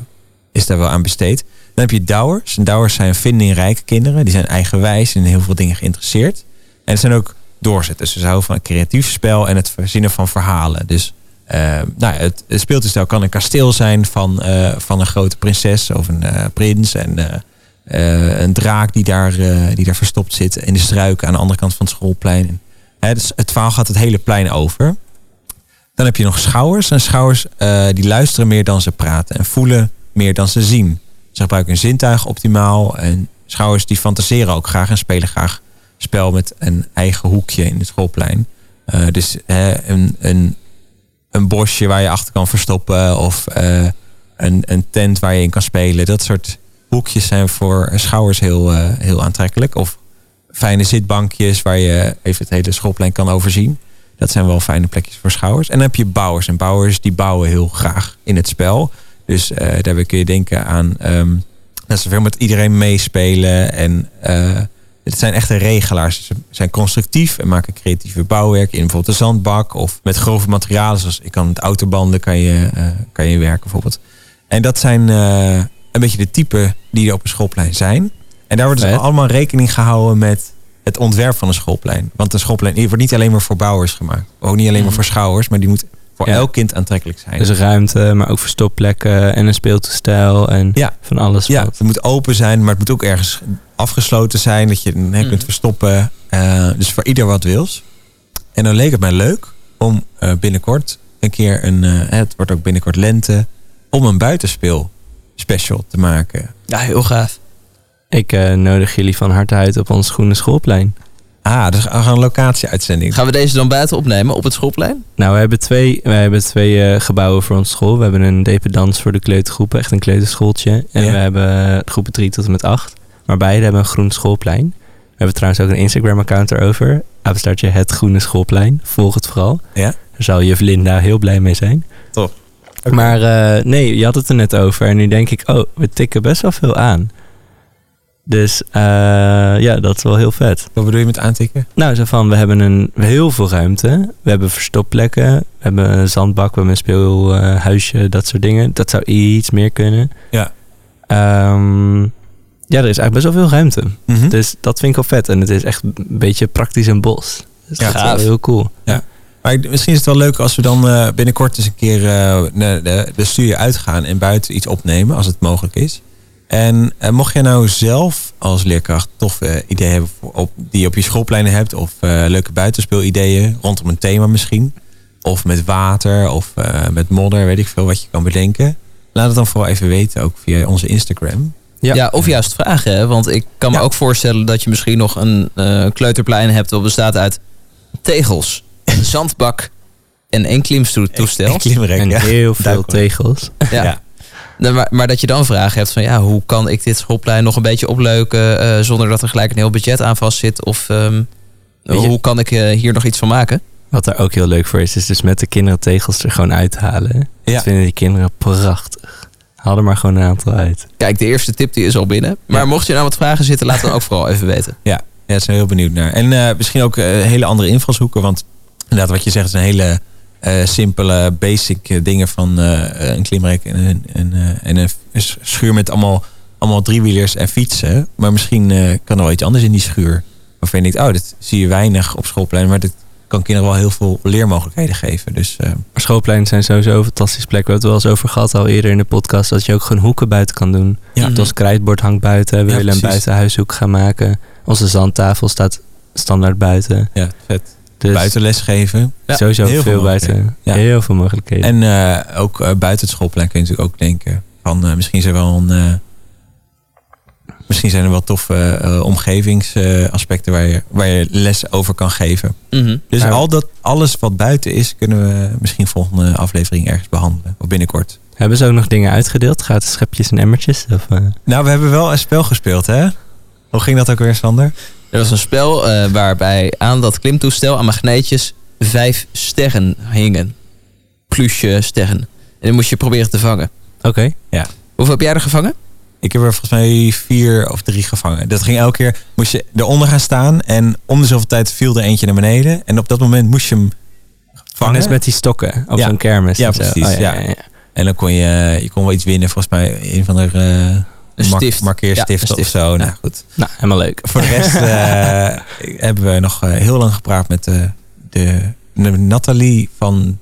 Speaker 2: is daar wel aan besteed. Dan heb je douwers. En douwers zijn vindingrijke kinderen. Die zijn eigenwijs en in heel veel dingen geïnteresseerd. En het zijn ook doorzetters. Ze houden van een creatief spel en het verzinnen van verhalen. Dus eh, nou, ja, het, het speeltoestel kan een kasteel zijn van, eh, van een grote prinses of een eh, prins. En eh, eh, een draak die daar, eh, die daar verstopt zit in de struiken aan de andere kant van het schoolplein. En, hè, dus het verhaal gaat het hele plein over. Dan heb je nog schouwers. En schouwers eh, die luisteren meer dan ze praten en voelen meer dan ze zien. Ze gebruiken hun zintuig optimaal. En schouwers die fantaseren ook graag en spelen graag spel met een eigen hoekje in het schoolplein. Eh, dus hè, een, een een bosje waar je achter kan verstoppen. Of eh, een, een tent waar je in kan spelen. Dat soort hoekjes zijn voor schouwers heel, eh, heel aantrekkelijk. Of fijne zitbankjes waar je even het hele schoolplein kan overzien. Dat zijn wel fijne plekjes voor schouwers. En dan heb je bouwers. En bouwers die bouwen heel graag in het spel. Dus eh, daarbij kun je denken aan ehm, dat ze veel met iedereen meespelen. En eh, het zijn echte regelaars. Ze zijn constructief en maken creatieve bouwwerk in bijvoorbeeld de zandbak. Of met grove materialen zoals ik kan met autobanden kan je, eh, kan je werken bijvoorbeeld. En dat zijn eh, een beetje de typen die er op een schoolplein zijn. En daar wordt dus
Speaker 1: Vet.
Speaker 2: allemaal rekening gehouden met het ontwerp van een schoolplein. Want een schoolplein die wordt niet alleen maar voor bouwers gemaakt. Ook niet alleen maar voor schouwers. Maar die moet voor
Speaker 3: Mm. Ja.
Speaker 2: elk kind aantrekkelijk zijn.
Speaker 3: Dus ruimte, maar ook verstopplekken en een speeltoestel en
Speaker 2: Ja.
Speaker 3: van alles
Speaker 2: Ja,
Speaker 3: wat.
Speaker 2: het moet open zijn, maar het moet ook ergens afgesloten zijn. Dat je het hè, kunt
Speaker 1: Mhm.
Speaker 2: verstoppen. Eh, dus voor ieder wat wils. En dan leek het mij leuk om eh, binnenkort een keer een... eh, het wordt ook binnenkort lente. Om een buitenspeel special te maken.
Speaker 1: Ja, heel gaaf.
Speaker 3: Ik eh, nodig jullie van harte uit op ons groene schoolplein.
Speaker 2: Ah, dus we gaan een locatie uitzending.
Speaker 1: Gaan we deze dan buiten opnemen op het schoolplein?
Speaker 3: Nou, we hebben twee, we hebben twee eh, gebouwen voor onze school. We hebben een dependance voor de kleutergroepen, echt een kleuterschooltje. En
Speaker 2: Ja.
Speaker 3: we hebben groepen 3 tot en met 8. Maar beide hebben een groen schoolplein. We hebben trouwens ook een Instagram-account erover. Apenstaartje Het Groene Schoolplein. Volg het vooral.
Speaker 2: Ja.
Speaker 3: Daar zal juf Linda heel blij mee zijn.
Speaker 2: Top.
Speaker 3: Maar eh, nee, je had het er net over. En nu denk ik, oh, we tikken best wel veel aan. Dus eh, ja, dat is wel heel vet.
Speaker 2: Wat bedoel je met aantikken?
Speaker 3: Nou, zo van, we hebben een, heel veel ruimte. We hebben verstopplekken. We hebben een zandbak, we hebben een speelhuisje, dat soort dingen. Dat zou iets meer kunnen.
Speaker 2: Ja.
Speaker 3: Ehm, ja, er is eigenlijk best wel veel ruimte.
Speaker 2: Mhm.
Speaker 3: Dus dat vind ik wel vet. En het is echt een beetje praktisch een bos. Dus
Speaker 2: Ja,
Speaker 3: dat is wel
Speaker 1: gaaf.
Speaker 3: heel cool.
Speaker 2: Maar ik- misschien is het wel leuk als we dan eh, binnenkort eens een keer eh, naar de, de studio uitgaan en buiten iets opnemen, als het mogelijk is. En eh, mocht jij nou zelf als leerkracht tof eh, ideeën hebben voor- op, die je op je schoolpleinen hebt, of eh, leuke buitenspeelideeën rondom een thema misschien, of met water of eh, met modder, weet ik veel wat je kan bedenken, laat het dan vooral even weten, ook via onze Instagram.
Speaker 1: Ja. of juist vragen. Hè? Want ik kan me
Speaker 2: Ja.
Speaker 1: ook voorstellen dat je misschien nog een eh, kleuterplein hebt dat bestaat uit tegels, een zandbak en één klimtoestel.
Speaker 2: Klimrek,
Speaker 3: en
Speaker 2: ja.
Speaker 3: heel veel
Speaker 2: Duikelijk.
Speaker 3: tegels.
Speaker 1: Ja.
Speaker 2: Ja.
Speaker 1: Nou, Maar, maar dat je dan vragen hebt van ja, hoe kan ik dit schoolplein nog een beetje opleuken eh, zonder dat er gelijk een heel budget aan vast zit? Of ehm,
Speaker 3: Weet je-
Speaker 1: hoe kan ik eh, hier nog iets van maken?
Speaker 3: Wat daar ook heel leuk voor is, is dus met de kinderen tegels er gewoon uithalen.
Speaker 2: Ja.
Speaker 3: Dat vinden die kinderen prachtig. Haal er maar gewoon een aantal uit.
Speaker 1: Kijk, de eerste tip die is al binnen. Maar
Speaker 2: Ja.
Speaker 1: mocht je nou wat vragen zitten, laat dan ook vooral even weten.
Speaker 2: Ja, daar zijn we heel benieuwd naar. En eh, misschien ook eh, hele andere invalshoeken. Want inderdaad, wat je zegt, zijn hele eh, simpele, basic eh, dingen van eh, een klimrek en een, en, eh, en een s- schuur met allemaal, allemaal driewielers en fietsen. Maar misschien eh, kan er wel iets anders in die schuur. Waarvan je denkt, oh, dat zie je weinig op schoolplein. Maar dat kan kinderen wel heel veel leermogelijkheden geven. Dus eh,
Speaker 3: Maar schoolpleinen zijn sowieso een fantastische plek. We hebben het wel eens over gehad al eerder in de podcast. Dat je ook gewoon hoeken buiten kan doen.
Speaker 2: Ja.
Speaker 3: Dus ons krijtbord hangt buiten. We
Speaker 2: Ja,
Speaker 3: willen een
Speaker 2: precies.
Speaker 3: buitenhuishoek gaan maken. Onze zandtafel staat standaard buiten.
Speaker 2: ja, vet.
Speaker 3: Dus
Speaker 2: Buitenles geven.
Speaker 1: Ja,
Speaker 3: sowieso
Speaker 2: heel
Speaker 3: veel,
Speaker 2: veel
Speaker 3: buiten.
Speaker 2: Ja.
Speaker 3: Heel veel mogelijkheden.
Speaker 2: En eh, ook eh, buiten het schoolplein kun je natuurlijk ook denken van eh, misschien zijn er wel een. eh, misschien zijn er wel toffe eh, omgevingsaspecten waar, je, waar je les over kan geven.
Speaker 1: Mhm.
Speaker 2: Dus
Speaker 3: Ja.
Speaker 2: al dat, alles wat buiten is, kunnen we misschien volgende aflevering ergens behandelen. Of binnenkort.
Speaker 3: Hebben ze ook nog dingen uitgedeeld? Gratis schepjes en emmertjes? Of, eh,
Speaker 2: Nou, we hebben wel een spel gespeeld, hè? Hoe ging dat ook weer, Sander?
Speaker 1: Er was een spel eh, waarbij aan dat klimtoestel, aan magneetjes, vijf sterren hingen. Plusje sterren. En die moest je proberen te vangen.
Speaker 3: Oké.
Speaker 1: Hoeveel heb jij er gevangen?
Speaker 2: Ik heb er volgens mij vier of drie gevangen. Dat ging elke keer, moest je eronder gaan staan en om de zoveel tijd viel er eentje naar beneden. En op dat moment moest je hem vangen.
Speaker 3: Net met die stokken op
Speaker 2: Ja.
Speaker 3: zo'n kermis.
Speaker 2: Ja,
Speaker 3: en zo. Oh,
Speaker 2: precies, ja. En dan kon je, je kon wel iets winnen, volgens mij een van de
Speaker 1: Een stift. Ja,
Speaker 2: markeerstift
Speaker 1: een
Speaker 2: of
Speaker 1: stift.
Speaker 2: zo. Nou
Speaker 1: Ja.
Speaker 2: goed.
Speaker 3: Nou, helemaal leuk.
Speaker 2: Voor de rest eh, hebben we nog eh, heel lang gepraat met eh, de, de Nathalie van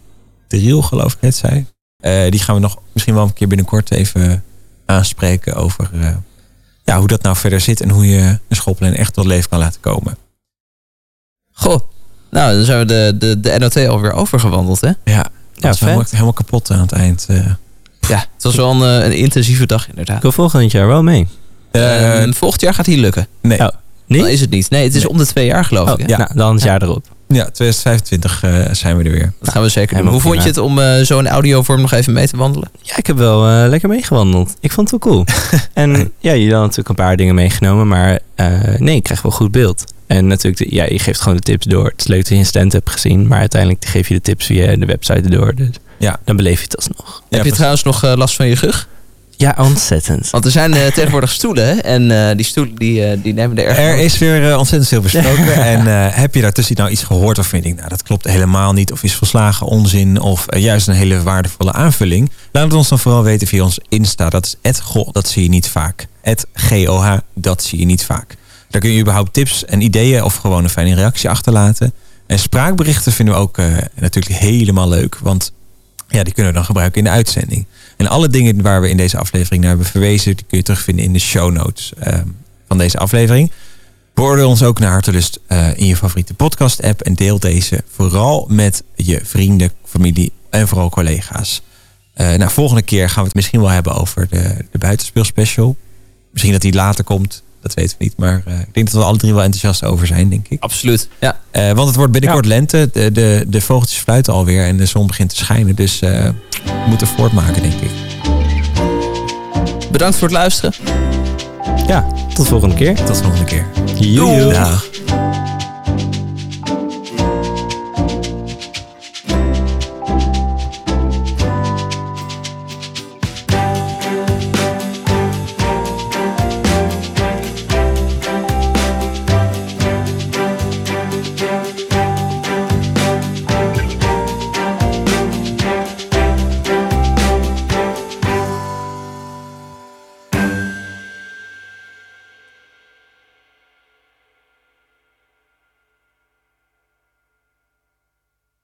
Speaker 2: Driel, geloof ik net zei. Eh, die gaan we nog misschien wel een keer binnenkort even aanspreken over eh, ja, hoe dat nou verder zit en hoe je een schoolplein echt tot leven kan laten komen.
Speaker 1: Goh. Nou, dan zijn we de, de, de NOT alweer overgewandeld, hè?
Speaker 2: Ja, dat is
Speaker 3: vet.
Speaker 2: helemaal, helemaal kapot aan het eind. eh.
Speaker 1: Ja, het was wel een, eh, een intensieve dag
Speaker 3: Ik
Speaker 1: inderdaad.
Speaker 3: wil volgend jaar wel mee.
Speaker 2: Eh,
Speaker 1: Ehm, volgend jaar gaat die lukken.
Speaker 2: nee,
Speaker 3: oh.
Speaker 1: Dan
Speaker 3: Niet?
Speaker 1: is het niet. Nee, het is
Speaker 2: Nee.
Speaker 1: om de twee jaar geloof
Speaker 3: Oh,
Speaker 1: ik. hè?
Speaker 3: ja. Nou, dan het jaar erop.
Speaker 2: ja, 2025 eh, zijn we er weer.
Speaker 1: Dat gaan we zeker doen.
Speaker 3: helemaal
Speaker 1: Hoe vond je het om eh, zo'n audiovorm nog even mee te wandelen?
Speaker 3: Ja, ik heb wel eh, lekker meegewandeld. Ik vond het wel cool. en ja, je had natuurlijk een paar dingen meegenomen, maar eh, nee, ik krijg wel goed beeld. En natuurlijk, de- ja, je geeft gewoon de tips door. Het is leuk dat je een stand hebt gezien, maar uiteindelijk geef je de tips via de website door. Dus
Speaker 2: Ja.
Speaker 3: dan beleef je het alsnog.
Speaker 1: Heb je trouwens nog eh, last van je rug?
Speaker 3: Ja, ontzettend.
Speaker 1: Want er zijn eh, tegenwoordig stoelen hè? en eh, die stoelen die, eh, die nemen er erg
Speaker 2: Er
Speaker 1: van.
Speaker 2: is weer eh, ontzettend veel besproken. en eh, heb je daartussen nou iets gehoord of vind ik, nou dat klopt helemaal niet. Of is volslagen onzin of eh, juist een hele waardevolle aanvulling. Laat het ons dan vooral weten via ons Insta. Dat is het goh, dat zie je niet vaak. Het GOH, dat zie je niet vaak. Daar kun je überhaupt tips en ideeën of gewoon een fijne reactie achterlaten. En spraakberichten vinden we ook eh, natuurlijk helemaal leuk. Want ja, die kunnen we dan gebruiken in de uitzending. En alle dingen waar we in deze aflevering naar hebben verwezen, die kun je terugvinden in de show notes eh, van deze aflevering. Beoordeel ons ook naar hartelust eh, in je favoriete podcast-app en deel deze vooral met je vrienden, familie en vooral collega's. Eh nou, volgende keer gaan we het misschien wel hebben over de, de buitenspeelspecial. Misschien dat die later komt, dat weten we niet. Maar eh, ik denk dat we alle drie wel enthousiast over zijn, denk ik.
Speaker 1: Absoluut. Ja.
Speaker 2: Eh, want het wordt binnenkort lente, de, de, de vogeltjes fluiten alweer en de zon begint te schijnen. Dus eh, we moeten voortmaken, denk ik.
Speaker 1: Bedankt voor het luisteren.
Speaker 3: Ja, tot volgende keer.
Speaker 2: Tot de volgende keer.
Speaker 3: Joejoe.
Speaker 2: Dag.